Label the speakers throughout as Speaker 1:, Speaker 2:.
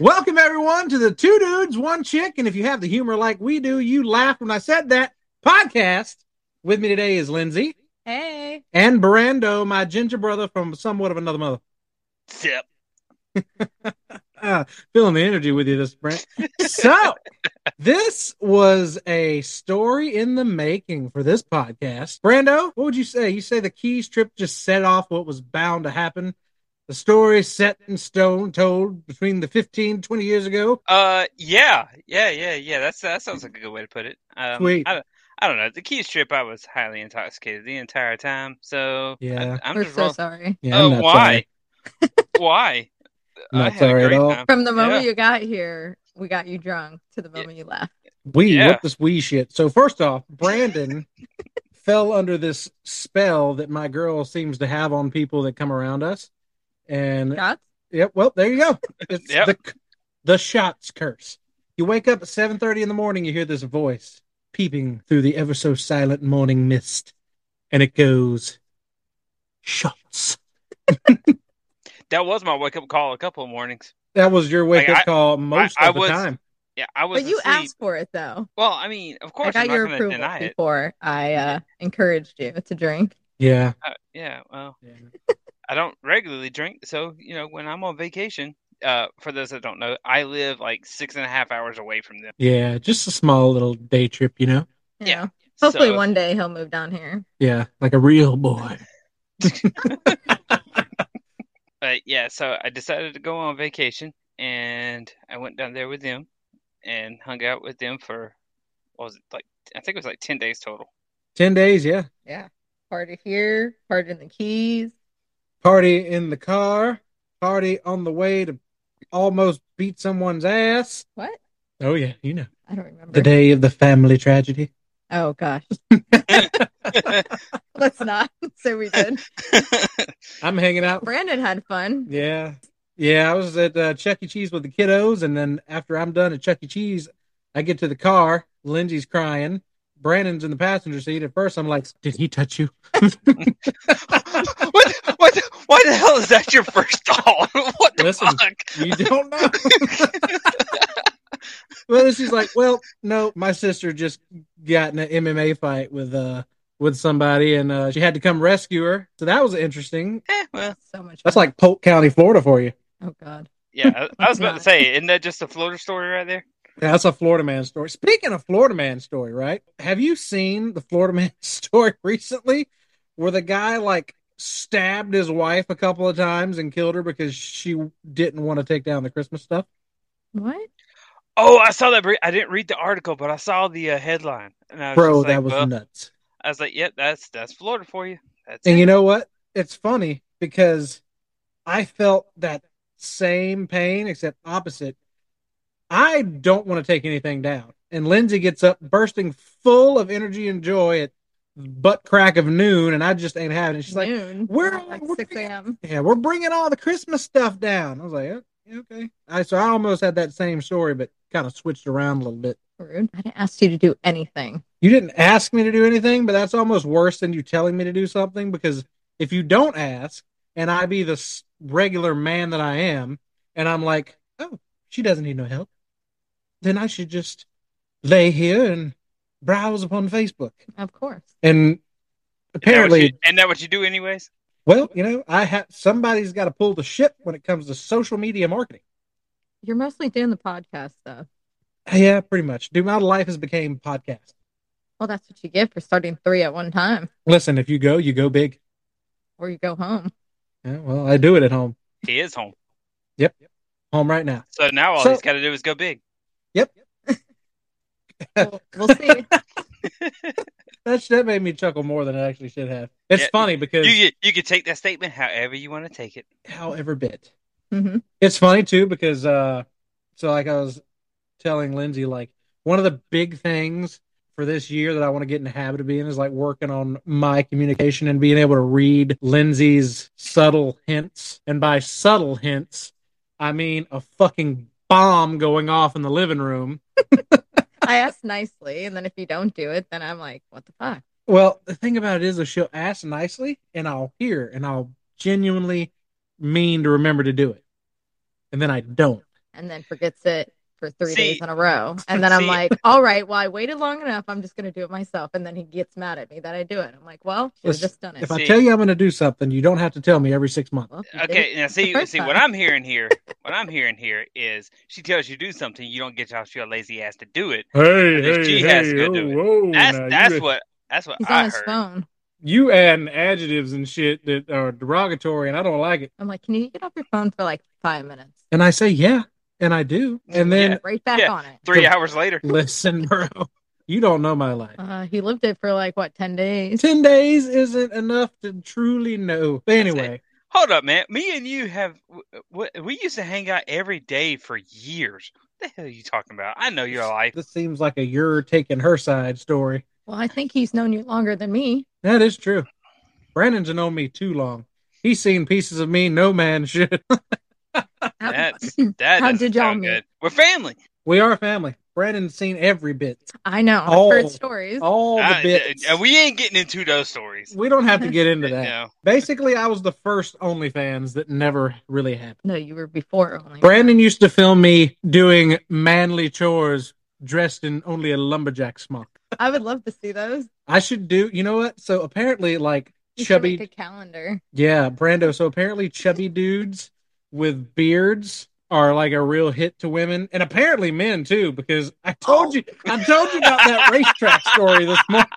Speaker 1: Welcome, everyone, to the Two Dudes, One Chick. And if you have the humor like we do, you laughed when I said that podcast. With me today is Lindsay
Speaker 2: Hey.
Speaker 1: and Brando, my ginger brother from somewhat of another mother.
Speaker 3: Yep.
Speaker 1: Ah, feeling the energy with you this Brent. So, this was a story in the making for this podcast. Brando, what would you say? You say the keys trip just set off what was bound to happen. The story set in stone, told between the 15, 20 years ago.
Speaker 3: Uh, yeah, yeah, yeah, yeah. That's that sounds like a good way to put it. Um,
Speaker 1: Sweet.
Speaker 3: I, don't- I don't know. The Keys trip, I was highly intoxicated the entire time, so
Speaker 1: Yeah.
Speaker 3: I, am
Speaker 2: We're
Speaker 3: just
Speaker 2: so
Speaker 3: rolling.
Speaker 2: sorry.
Speaker 1: Yeah,
Speaker 3: Oh,
Speaker 1: I'm not
Speaker 3: why? why?
Speaker 1: I'm
Speaker 3: I
Speaker 1: not
Speaker 3: had a
Speaker 1: sorry at
Speaker 3: great
Speaker 1: all.
Speaker 3: time.
Speaker 2: From the moment
Speaker 3: Yeah.
Speaker 2: you got here, we got you drunk to the moment you left.
Speaker 1: We
Speaker 3: Yeah.
Speaker 1: what this we shit. So first off, Brandon fell under this spell that my girl seems to have on people that come around us. And
Speaker 2: Shots?
Speaker 1: yep, well, there you go. It's
Speaker 3: Yep.
Speaker 1: the the shots curse. You wake up at seven thirty in the morning, you hear this voice peeping through the ever so silent morning mist, and it goes shots.
Speaker 3: That was my wake up call a couple of mornings.
Speaker 1: That was your wake up
Speaker 3: I-
Speaker 1: call most
Speaker 3: I
Speaker 1: of the
Speaker 3: was-
Speaker 1: time.
Speaker 3: Yeah, I was
Speaker 2: But you
Speaker 3: asleep.
Speaker 2: asked for it though.
Speaker 3: Well, I mean, of
Speaker 2: I
Speaker 3: course,
Speaker 2: got
Speaker 3: I'm not
Speaker 2: your
Speaker 3: gonna
Speaker 2: approval
Speaker 3: deny it.
Speaker 2: before I uh, encouraged you to drink.
Speaker 1: Yeah.
Speaker 3: Uh, yeah, well, I don't regularly drink, so you know, when I'm on vacation, uh, for those that don't know, I live like six and a half hours away from them.
Speaker 1: Yeah. Just a small little day trip, you know?
Speaker 2: You
Speaker 3: Yeah.
Speaker 2: know? Hopefully
Speaker 3: So-
Speaker 2: one day he'll move down here.
Speaker 1: Yeah. Like a real boy.
Speaker 3: but yeah, so I decided to go on vacation and I went down there with them and hung out with them for what was it like I think it was like 10 days total.
Speaker 1: Ten days, yeah.
Speaker 2: Yeah. Party here, party in the keys.
Speaker 1: party in the car, party on the way to almost beat someone's ass.
Speaker 2: What?
Speaker 1: Oh yeah, you know
Speaker 2: I don't remember.
Speaker 1: the day of the family tragedy.
Speaker 2: Oh gosh. Let's not say we did.
Speaker 1: I'm hanging out.
Speaker 2: Brandon had fun.
Speaker 1: Yeah, yeah. I was at uh, Chuck E. Cheese with the kiddos, and then after I'm done at Chuck E. Cheese, I get to the car. Lindsay's crying. Brandon's in the passenger seat. At first, I'm like, "Did he touch you?"
Speaker 3: what, what the- why the hell is that your first thought? what the
Speaker 1: Listen,
Speaker 3: fuck?
Speaker 1: You don't know. well, she's like, well, no, my sister just got in an MMA fight with uh with somebody, and uh, she had to come rescue her. So that was interesting.
Speaker 3: Eh, well,
Speaker 2: So much
Speaker 1: That's
Speaker 2: fun.
Speaker 1: like Polk County, Florida, for you.
Speaker 2: Oh god.
Speaker 3: yeah, I, I was about
Speaker 2: Not.
Speaker 3: to say, isn't that just a Florida story right there?
Speaker 1: Yeah, that's a Florida man story. Speaking of Florida man story, right? Have you seen the Florida man story recently, where the guy like stabbed his wife a couple of times and killed her because she didn't want to take down the Christmas stuff?
Speaker 2: What?
Speaker 3: Oh, I saw that. bre- I didn't read the article, but I saw the uh, headline, and I was
Speaker 1: Bro,
Speaker 3: just like,
Speaker 1: that was
Speaker 3: well,
Speaker 1: nuts.
Speaker 3: I was like, yep, that's that's Florida for you. That's
Speaker 1: And
Speaker 3: it.
Speaker 1: you know what? It's funny because I felt that same pain, except opposite. I don't want to take anything down. And Lindsay gets up bursting full of energy and joy at butt crack of noon, and I just ain't having it. She's like,
Speaker 2: Noon.
Speaker 1: we're-
Speaker 2: like
Speaker 1: we're-
Speaker 2: six AM.
Speaker 1: Yeah, we're bringing all the Christmas stuff down. I was like, "Oh, Okay. I, so I almost had that same story, but kind of switched around a little bit.
Speaker 2: Rude. I didn't ask you to do anything.
Speaker 1: you didn't ask me to do anything, but that's almost worse than you telling me to do something because if you don't ask and I be the s- regular man that I am and I'm like, oh, she doesn't need no help, then I should just lay here and browse upon Facebook.
Speaker 2: Of course.
Speaker 1: And
Speaker 3: Isn't that what
Speaker 1: apparently,
Speaker 3: you- isn't that what you do anyways?
Speaker 1: well, you know, I have somebody's got to pull the ship when it comes to social media marketing.
Speaker 2: You're mostly doing the podcast stuff.
Speaker 1: Yeah, pretty much. Dude, my life has became podcast.
Speaker 2: Well, that's what you get for starting three at one time,
Speaker 1: Listen, if you go, you go big.
Speaker 2: or you go home.
Speaker 1: Yeah, well, I do it at home,
Speaker 3: He is home.
Speaker 1: home right now.
Speaker 3: So now all
Speaker 1: So-
Speaker 3: he's got to do is go big.
Speaker 2: We'll, we'll see.
Speaker 1: That that made me chuckle more than it actually should have. It's
Speaker 3: Yeah.
Speaker 1: funny because
Speaker 3: You could- you can take that statement however you want to take it.
Speaker 1: however bit.
Speaker 2: hmm
Speaker 1: It's funny too because uh so like I was telling Lindsay like one of the big things for this year that I want to get in the habit of being is like working on my communication and being able to read Lindsay's subtle hints. And by subtle hints, I mean a fucking bomb going off in the living room.
Speaker 2: I asked nicely, and then if you don't do it, then I'm like, what the fuck?
Speaker 1: Well, the thing about it is, though, she'll ask nicely, and I'll hear, and I'll genuinely mean to remember to do it, and then I don't.
Speaker 2: and then forgets it for three
Speaker 3: See-
Speaker 2: days in a row. And then I'm
Speaker 3: See-
Speaker 2: like, all right, well, I waited long enough. I'm just going to do it myself. And then he gets mad at me that I do it. I'm like, well, should have
Speaker 1: Listen,
Speaker 2: just done it.
Speaker 1: If I
Speaker 3: See.
Speaker 1: tell you I'm going to do something, you don't have to tell me every six months.
Speaker 2: Well, you did
Speaker 3: Okay,
Speaker 2: it.
Speaker 3: now see,
Speaker 2: first
Speaker 3: see what
Speaker 2: time.
Speaker 3: I'm hearing here. What I'm hearing here is she tells you to do something, you don't get off your lazy ass to do it.
Speaker 1: Hey,
Speaker 3: But if she has to do it,
Speaker 1: whoa!
Speaker 3: That's
Speaker 1: now,
Speaker 3: that's
Speaker 1: you,
Speaker 3: what that's what
Speaker 2: He's
Speaker 3: I
Speaker 2: on his
Speaker 3: heard.
Speaker 2: phone.
Speaker 1: you adding adjectives and shit that are derogatory, and I don't like it.
Speaker 2: I'm like, can you get off your phone for like five minutes?
Speaker 1: And I say yeah, and I do, and then
Speaker 3: Yeah.
Speaker 2: Right back
Speaker 3: Yeah.
Speaker 2: on it.
Speaker 3: Three hours later,
Speaker 1: listen, bro, you don't know my life.
Speaker 2: Uh, he lived it for like, what, 10 days?
Speaker 1: 10 days isn't enough to truly know. But anyway,
Speaker 3: hold up, man. Me and you have we, we used to hang out every day for years. What the hell are you talking about? I know your life.
Speaker 1: this seems like a you're taking her side story.
Speaker 2: Well, I think he's known you longer than me.
Speaker 1: That is true. Brandon's known me too long. He's seen pieces of me no man should.
Speaker 2: How-
Speaker 3: That's that
Speaker 2: How
Speaker 3: doesn't
Speaker 2: did y'all
Speaker 3: sound
Speaker 2: meet?
Speaker 3: good. We're family.
Speaker 1: We are family. Brandon's seen every bit,
Speaker 2: I know.
Speaker 1: Oh.
Speaker 2: I've heard stories.
Speaker 1: all the
Speaker 3: I-
Speaker 1: bits.
Speaker 3: uh, we ain't getting into those stories.
Speaker 1: We don't have to get into that.
Speaker 3: No.
Speaker 1: Basically, I was the first OnlyFans that never really happened.
Speaker 2: No, you were before only.
Speaker 1: Brandon used to film me doing manly chores dressed in only a lumberjack smock.
Speaker 2: I would love to see those.
Speaker 1: I should do. You know what? So apparently, like
Speaker 2: You should
Speaker 1: chubby,
Speaker 2: make a calendar.
Speaker 1: yeah, Brando. So apparently, chubby dudes with beards are like a real hit to women, and apparently men too. Because I told you, I told you about that racetrack story this morning.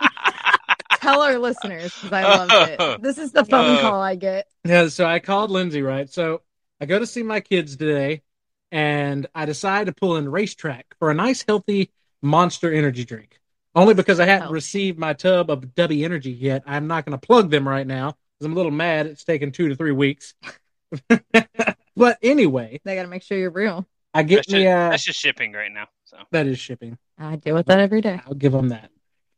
Speaker 2: Tell our listeners because I loved it. This is the phone
Speaker 3: Uh.
Speaker 2: call I get.
Speaker 1: Yeah. So I called Lindsay. Right. So I go to see my kids today, and I decide to pull in racetrack for a nice healthy Monster Energy drink. Only because I hadn't
Speaker 2: Healthy.
Speaker 1: received my tub of W Energy yet. I'm not going to plug them right now because I'm a little mad. It's taken two to three weeks. but anyway,
Speaker 2: They got to make sure you're real.
Speaker 1: I
Speaker 3: That's
Speaker 1: get
Speaker 3: just,
Speaker 1: me. Uh,
Speaker 3: that's just shipping right now. So
Speaker 1: that is shipping.
Speaker 2: I deal with that every day.
Speaker 1: I'll give them that.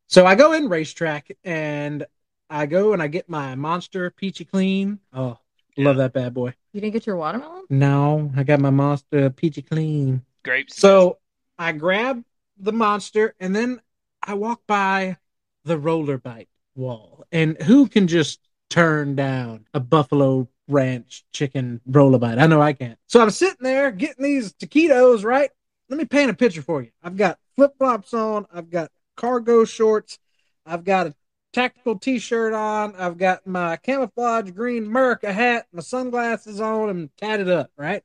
Speaker 1: So I go in racetrack and I go and I get my monster peachy clean. Oh, love that bad boy.
Speaker 2: You didn't get your watermelon?
Speaker 1: No, I got my monster peachy clean.
Speaker 3: grapes.
Speaker 1: So I grab the monster and then I walk by the roller bike wall. And who can just turn down a buffalo ranch chicken roller bite? I know I can't. So I'm sitting there getting these taquitos, right? Let me paint a picture for you. I've got flip flops on, I've got cargo shorts, I've got a tactical t shirt on, I've got my camouflage green Merc, a hat, my sunglasses on, and tatted up, right?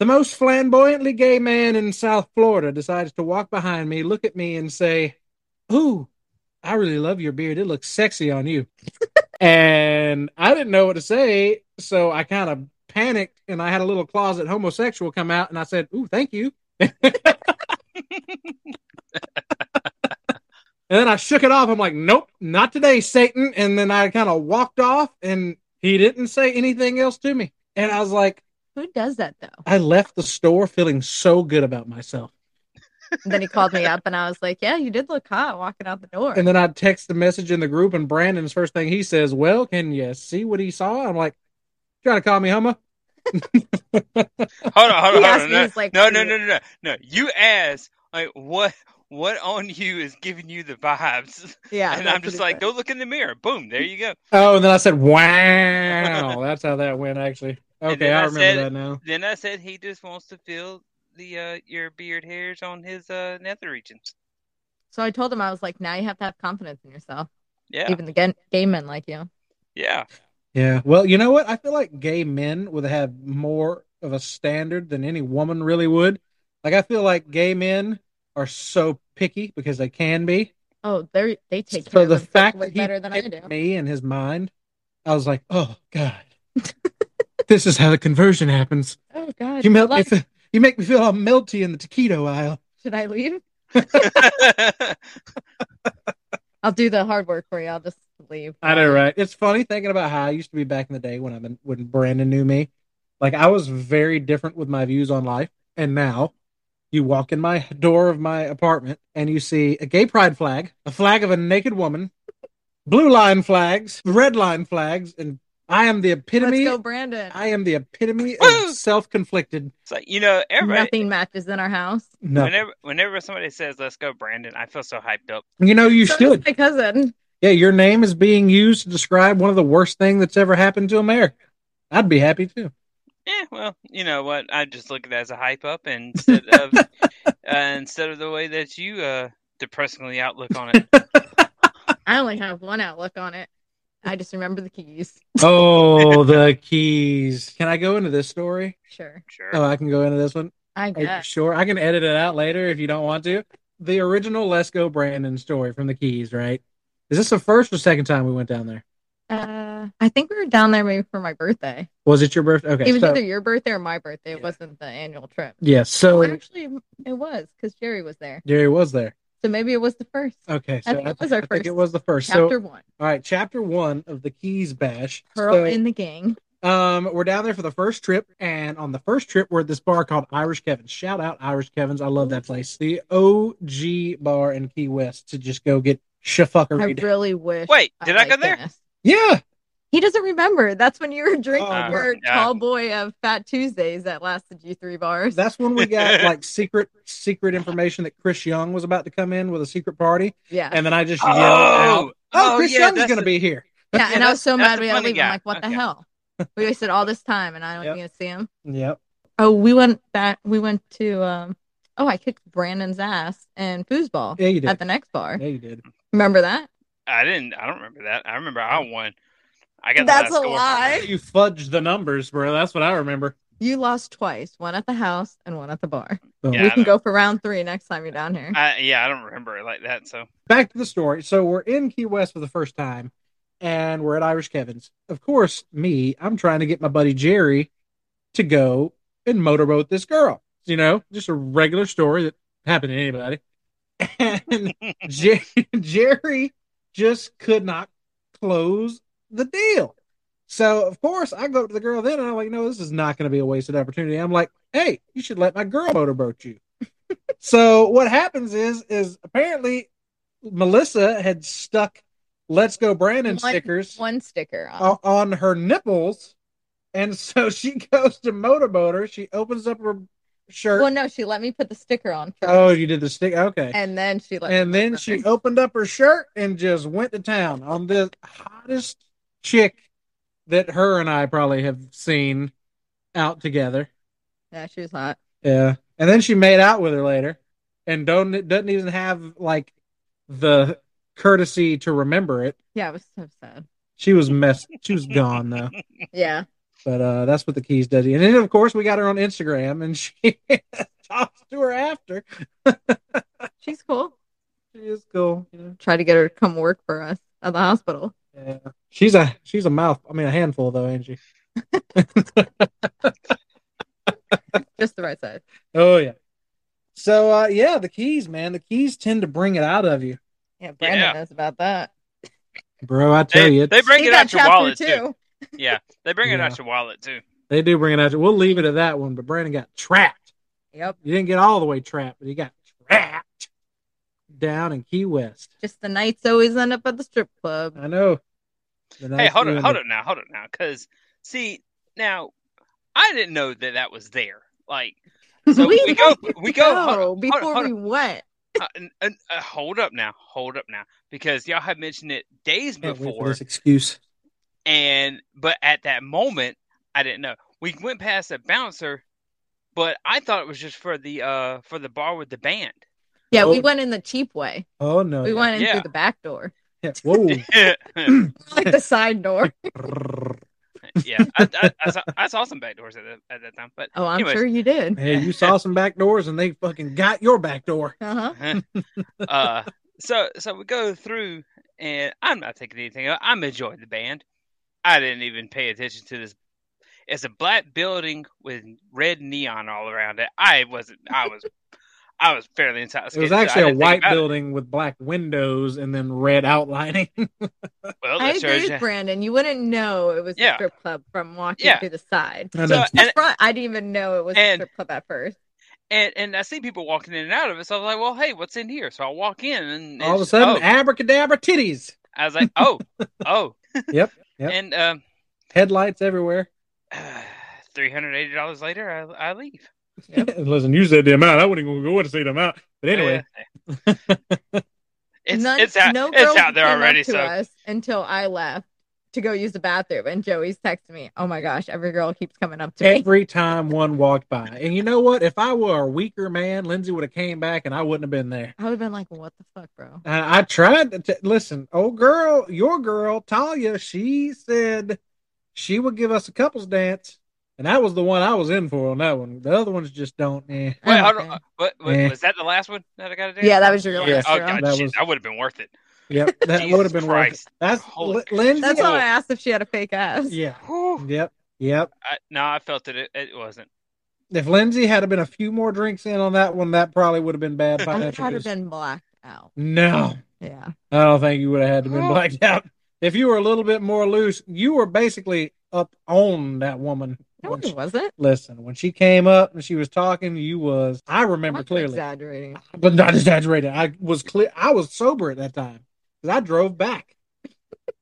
Speaker 1: The most flamboyantly gay man in South Florida decides to walk behind me, look at me, and say, Ooh, I really love your beard. It looks sexy on you. and I didn't know what to say. So I kind of panicked and I had a little closet homosexual come out and I said, Ooh, thank you. And then I shook it off. I'm like, nope, not today, Satan. And then I kind of walked off and he didn't say anything else to me. And I was like,
Speaker 2: Who does that though?
Speaker 1: I left the store feeling so good about myself.
Speaker 2: And then he called me up and I was like, Yeah, you did look hot walking out the door.
Speaker 1: And then I text the message in the group, and Brandon's first thing he says, Well, can you see what he saw? I'm like, Trying to call me homo?
Speaker 3: hold on, hold on,
Speaker 2: He
Speaker 3: hold
Speaker 2: asked
Speaker 3: on.
Speaker 2: me,
Speaker 3: No,
Speaker 2: he's like,
Speaker 3: no, no, no, no, no, no. You asked like what what on you is giving you the vibes,
Speaker 2: Yeah.
Speaker 3: and
Speaker 2: that's
Speaker 3: I'm
Speaker 2: what
Speaker 3: just
Speaker 2: he
Speaker 3: like,
Speaker 2: said.
Speaker 3: go look in the mirror. Boom, there you go.
Speaker 1: Oh, and then I said, Wow. That's how that went, actually.
Speaker 3: And
Speaker 1: Okay,
Speaker 3: then
Speaker 1: I
Speaker 3: I
Speaker 1: remember
Speaker 3: said-
Speaker 1: that now.
Speaker 3: Then I said he just wants to feel the uh your beard hairs on his uh nether regions.
Speaker 2: So I told him I was like, Now you have to have confidence in yourself.
Speaker 3: Yeah,
Speaker 2: Even the gay, gay men like you.
Speaker 3: yeah.
Speaker 1: Yeah. Well, you know what? I feel like gay men would have more of a standard than any woman really would. Like, I feel like gay men are so picky because they can be.
Speaker 2: Oh, they they take care
Speaker 1: so
Speaker 2: of
Speaker 1: the
Speaker 2: themselves
Speaker 1: fact
Speaker 2: way
Speaker 1: that he
Speaker 2: better than I
Speaker 1: picked
Speaker 2: do.
Speaker 1: me in his mind, I was like, oh god, this is how the conversion happens.
Speaker 2: Oh God.
Speaker 1: You melt me,
Speaker 2: Like,
Speaker 1: fe- you make me feel all melty in the taquito aisle.
Speaker 2: should I leave? I'll do the hard work for you. I'll just leave.
Speaker 1: I know, right? It's funny thinking about how I used to be back in the day when I am when Brandon knew me. Like I was very different with my views on life, and now you walk in my door of my apartment and you see a gay pride flag, a flag of a naked woman, blue line flags, red line flags, and I am the
Speaker 2: Let's
Speaker 1: epitome
Speaker 2: go, Brandon.
Speaker 1: I am the epitome
Speaker 3: Woo!
Speaker 1: of self conflicted.
Speaker 3: It's like you know, everybody.
Speaker 2: Nothing matches in our house.
Speaker 1: No,
Speaker 3: Whenever, whenever somebody says "Let's go, Brandon," I feel so hyped up.
Speaker 1: you know you
Speaker 2: So does
Speaker 1: should.
Speaker 2: My cousin.
Speaker 1: Yeah, your name is being used to describe one of the worst thing that's ever happened to America. I'd be happy too.
Speaker 3: Yeah, well, you know what? I just look at it as a hype up and instead of uh, instead of the way that you uh depressingly outlook on it.
Speaker 2: I only have one outlook on it. I just remember the keys.
Speaker 1: Oh, the keys. Can I go into this story?
Speaker 2: Sure.
Speaker 3: Sure.
Speaker 1: Oh, I can go into this one.
Speaker 2: I
Speaker 1: Are you
Speaker 2: guess.
Speaker 1: sure? I can edit it out later if you don't want to. The original Let's Go Brandon story from the Keys, right? Is this the first or second time we went down there?
Speaker 2: Uh, I think we were down there maybe for my birthday.
Speaker 1: Was it your birthday? Okay.
Speaker 2: it was
Speaker 1: so-
Speaker 2: either your birthday or my birthday. It
Speaker 1: Yeah.
Speaker 2: wasn't the annual trip.
Speaker 1: yeah, so
Speaker 2: Actually, it was because Jerry was there.
Speaker 1: Jerry was there.
Speaker 2: So maybe it was the first.
Speaker 1: Okay. So
Speaker 2: think it was our
Speaker 1: I think it
Speaker 2: first
Speaker 1: was the first.
Speaker 2: Chapter
Speaker 1: so,
Speaker 2: one
Speaker 1: all right, chapter one of the Keys Bash.
Speaker 2: Pearl
Speaker 1: So-
Speaker 2: in the Gang.
Speaker 1: Um, we're down there for the first trip, and on the first trip, we're at this bar called Irish Kevin's. Shout out Irish Kevin's! I love that place, the OG bar in Key West. To just go get
Speaker 2: I
Speaker 1: shafuckeried.
Speaker 2: really wish.
Speaker 3: Wait, did I go
Speaker 2: liked
Speaker 3: there?
Speaker 2: Dennis.
Speaker 1: yeah,
Speaker 2: He doesn't remember. That's when you were drinking
Speaker 1: Oh,
Speaker 2: your
Speaker 3: yeah.
Speaker 2: tall boy of Fat Tuesdays that lasted you three bars.
Speaker 1: that's when we got like secret secret information that Chris Young was about to come in with a secret party,
Speaker 2: yeah.
Speaker 1: and then I just
Speaker 3: Oh,
Speaker 1: yelled out, "Oh,
Speaker 3: oh,
Speaker 1: Chris
Speaker 3: yeah,
Speaker 1: Young's
Speaker 3: that's
Speaker 1: going to be
Speaker 3: the-
Speaker 1: here!"
Speaker 2: yeah,
Speaker 3: yeah,
Speaker 2: and I
Speaker 3: that's-
Speaker 2: was so
Speaker 3: that's
Speaker 2: mad
Speaker 3: the
Speaker 2: we had to
Speaker 3: funny
Speaker 2: leave.
Speaker 3: guy.
Speaker 2: I'm like, what the
Speaker 3: Okay.
Speaker 2: hell? We wasted all this time, and I don't
Speaker 1: Yep.
Speaker 2: even see him.
Speaker 1: Yep.
Speaker 2: Oh, we went back. We went to. um Oh, I kicked Brandon's ass and foosball
Speaker 1: Yeah, you did.
Speaker 2: at the next bar.
Speaker 1: Yeah, you did.
Speaker 2: Remember that?
Speaker 3: I didn't I don't remember that. I remember I
Speaker 1: Mm.
Speaker 3: won. I got the
Speaker 2: That's
Speaker 3: last
Speaker 2: a
Speaker 3: score.
Speaker 2: lie.
Speaker 1: You fudged the numbers, bro. That's what I remember.
Speaker 2: You lost twice, one at the house and one at the bar.
Speaker 1: Boom.
Speaker 3: Yeah,
Speaker 2: we
Speaker 3: I
Speaker 2: can
Speaker 3: know.
Speaker 2: go for round three next time you're down here.
Speaker 3: I, yeah, I don't remember it like that, so
Speaker 1: back to the story. So we're in Key West for the first time, and we're at Irish Kevin's. Of course, me, I'm trying to get my buddy Jerry to go and motorboat this girl. You know, just a regular story that happened to anybody. And Jer- Jerry just could not close the deal. So of course I go up to the girl then and I'm like, no, this is not going to be a wasted opportunity. I'm like, hey, you should let my girl motorboat you. so what happens is is apparently Melissa had stuck "Let's Go Brandon"
Speaker 2: One-
Speaker 1: stickers
Speaker 2: One sticker. on.
Speaker 1: o- on her nipples, and so she goes to motorboat her. She opens up her shirt.
Speaker 2: Well, no, she let me put the sticker on first,
Speaker 1: oh, you did the stick. Okay,
Speaker 2: and then she let.
Speaker 1: and
Speaker 2: me
Speaker 1: then
Speaker 2: put
Speaker 1: she
Speaker 2: it.
Speaker 1: opened up her shirt and just went to town on the hottest chick that her and I probably have seen out together.
Speaker 2: Yeah, she was hot.
Speaker 1: Yeah, and then she made out with her later, and don't doesn't even have like the courtesy to remember it.
Speaker 2: Yeah, it was so sad.
Speaker 1: She was messed. She was gone though.
Speaker 2: Yeah,
Speaker 1: But uh, that's what the keys does. And then of course we got her on Instagram, and she talks to her after.
Speaker 2: she's cool.
Speaker 1: She is cool. you know?
Speaker 2: Try to get her to come work for us at the hospital.
Speaker 1: Yeah. She's a she's a mouth. I mean a handful though, ain't she?
Speaker 2: Just the right side.
Speaker 1: Oh yeah. So uh, yeah, the keys, man. The keys tend to bring it out of you,
Speaker 2: Yeah, Brandon
Speaker 3: Yeah.
Speaker 2: knows about that.
Speaker 1: bro. I tell
Speaker 3: they,
Speaker 1: you,
Speaker 3: they
Speaker 1: it's-
Speaker 3: bring
Speaker 2: He
Speaker 3: it
Speaker 2: got
Speaker 3: out your
Speaker 2: chapter
Speaker 3: wallet
Speaker 2: two.
Speaker 3: too. Yeah. They bring it
Speaker 1: Yeah.
Speaker 3: out your wallet too.
Speaker 1: they do bring it out. We'll leave it at that one. But Brandon got trapped.
Speaker 2: Yep,
Speaker 1: You didn't get all the way trapped, but he got trapped down in Key West.
Speaker 2: just the nights always end up at the strip club.
Speaker 1: I know. The
Speaker 3: Hey,
Speaker 1: nice
Speaker 3: hold
Speaker 1: view
Speaker 3: on,
Speaker 1: in
Speaker 3: hold
Speaker 1: the-
Speaker 3: on now, hold on now, because see now, I didn't know that that was there. Like, so we,
Speaker 2: We
Speaker 3: go, we go.
Speaker 2: No,
Speaker 3: hold on,
Speaker 2: before
Speaker 3: hold on,
Speaker 2: we went.
Speaker 3: hold on, uh, n- n- uh, hold up now, hold up now, because y'all had mentioned it days
Speaker 1: Can't wait for
Speaker 3: before,
Speaker 1: this excuse.
Speaker 3: and but at that moment, I didn't know. We went past a bouncer, but I thought it was just for the uh for the bar with the band.
Speaker 2: Yeah, we
Speaker 1: Oh.
Speaker 2: went in the cheap way.
Speaker 1: Oh no.
Speaker 2: We went in
Speaker 3: Yeah.
Speaker 2: through the back door,
Speaker 1: Yeah. Whoa.
Speaker 3: yeah,
Speaker 2: like the side door.
Speaker 3: I, I, I, saw, I saw some back doors at that, at that time, but
Speaker 2: Oh, I'm
Speaker 3: Anyways.
Speaker 2: sure you did.
Speaker 1: Hey, you saw some back doors and they fucking got your back door.
Speaker 2: Uh huh.
Speaker 3: uh, so so we go through, and I'm not taking anything. out. I'm enjoying the band. I didn't even pay attention to this. It's a black building with red neon all around it. I wasn't. I was. I was fairly
Speaker 1: It was
Speaker 3: intoxicated. so I
Speaker 1: actually a
Speaker 3: didn't think
Speaker 1: white
Speaker 3: about it.
Speaker 1: building with black windows and then red outlining.
Speaker 3: Well,
Speaker 2: I
Speaker 3: that shows
Speaker 2: agree
Speaker 3: you-
Speaker 2: with Brandon. You wouldn't know it was a
Speaker 3: Yeah.
Speaker 2: strip club from walking
Speaker 3: Yeah.
Speaker 2: through the side.
Speaker 1: I
Speaker 3: So,
Speaker 1: know.
Speaker 2: The
Speaker 3: and,
Speaker 2: front, I didn't even know it was a
Speaker 3: and-
Speaker 2: strip club at first.
Speaker 3: and and I see people walking in and out of it. So I was like, well, hey, what's in here? So I walk in, and
Speaker 1: All of a
Speaker 3: it's-
Speaker 1: sudden,
Speaker 3: oh.
Speaker 1: abracadabra titties,
Speaker 3: I was like, oh, oh,
Speaker 1: Yep, yep.
Speaker 3: and um,
Speaker 1: headlights everywhere.
Speaker 3: three hundred eighty dollars later, I I leave.
Speaker 1: Listen, you said the amount. I wouldn't even go to say the amount. But anyway,
Speaker 3: Yeah. It's
Speaker 2: None-
Speaker 3: it's out
Speaker 2: no
Speaker 3: it's
Speaker 2: girls
Speaker 3: out there
Speaker 2: came up
Speaker 3: already.
Speaker 2: to
Speaker 3: So
Speaker 2: us until I left to go use the bathroom, and Joey's texting me, "Oh my gosh, every girl keeps coming up to me."
Speaker 1: every time one walked by. And you know what? If I were a weaker man, Lindsay would have came back and I wouldn't have been there.
Speaker 2: I would have been like, "What the fuck, bro?"
Speaker 1: Uh, I tried to t- listen, old girl, your girl, Talia, she said she would give us a couples dance. And that was the one I was in for on that one. The other ones just don't. Eh.
Speaker 2: I
Speaker 3: wait,
Speaker 2: don't
Speaker 3: hold on.
Speaker 2: care.
Speaker 3: uh, What, what-
Speaker 1: Eh.
Speaker 3: was that the last one that I got to do?
Speaker 2: Yeah, that was your
Speaker 1: Yeah.
Speaker 2: last.
Speaker 3: Oh
Speaker 2: girl.
Speaker 3: god,
Speaker 1: That
Speaker 3: shit,
Speaker 1: was-
Speaker 3: that would have been worth it.
Speaker 1: Yep. That
Speaker 3: Jesus
Speaker 1: would have been worth it.
Speaker 3: Christ.
Speaker 1: That's
Speaker 3: Holy-
Speaker 1: Lindsay.
Speaker 2: That's why I asked if she had a fake ass.
Speaker 1: yeah.
Speaker 3: Whew.
Speaker 1: Yep. Yep.
Speaker 3: I, no, I felt it. It, it wasn't.
Speaker 1: If Lindsay had been a few more drinks in on that one, that probably would have been bad
Speaker 2: I would
Speaker 1: financial
Speaker 2: have
Speaker 1: news.
Speaker 2: been Oh. blacked out.
Speaker 1: No,
Speaker 2: Yeah,
Speaker 1: I don't think you would have had to been
Speaker 3: Huh?
Speaker 1: blacked out. If you were a little bit more loose, you were basically up on that woman.
Speaker 2: no,
Speaker 1: When
Speaker 2: it
Speaker 1: she-
Speaker 2: wasn't.
Speaker 1: listen, when she came up and she was talking, you was I remember
Speaker 2: I'm
Speaker 1: clearly,
Speaker 2: exaggerating.
Speaker 1: but not exaggerated. I was clear. I was sober at that time because I drove back.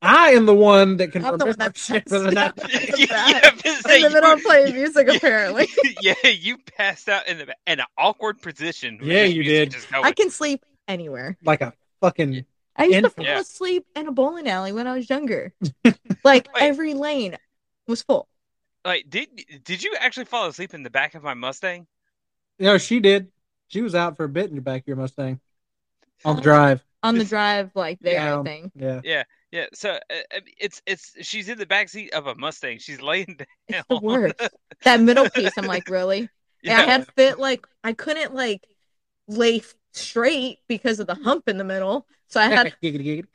Speaker 1: I am the one that can
Speaker 2: I'm the one
Speaker 1: remember
Speaker 2: that
Speaker 1: shit
Speaker 2: passed
Speaker 1: better than
Speaker 2: out.
Speaker 1: that.
Speaker 3: yeah,
Speaker 2: bad.
Speaker 3: I was gonna say,
Speaker 2: In the
Speaker 3: you-
Speaker 2: middle of playing
Speaker 3: you-
Speaker 2: music,
Speaker 3: yeah.
Speaker 2: apparently.
Speaker 3: yeah, you passed out in the in an awkward position. with
Speaker 1: Yeah,
Speaker 3: this
Speaker 1: you
Speaker 3: music
Speaker 1: did.
Speaker 3: Just going.
Speaker 2: I can sleep anywhere.
Speaker 1: like a fucking
Speaker 2: I used
Speaker 1: And-
Speaker 2: to fall
Speaker 3: Yeah.
Speaker 2: asleep in a bowling alley when I was younger. like
Speaker 3: Wait.
Speaker 2: every lane was full.
Speaker 3: like, did did you actually fall asleep in the back of my Mustang?
Speaker 1: No, she did. She was out for a bit in the back of your Mustang on the drive.
Speaker 2: on the
Speaker 3: This-
Speaker 2: drive like there
Speaker 1: Yeah.
Speaker 2: I think.
Speaker 1: Yeah.
Speaker 3: Yeah. So uh, I mean, it's it's she's in the back seat of a Mustang. She's laying down.
Speaker 2: It's the worst. that middle piece, I'm like, really? And
Speaker 3: Yeah.
Speaker 2: I had fit like I couldn't like lay f- straight because of the hump in the middle. So I had
Speaker 1: giggity, giggity,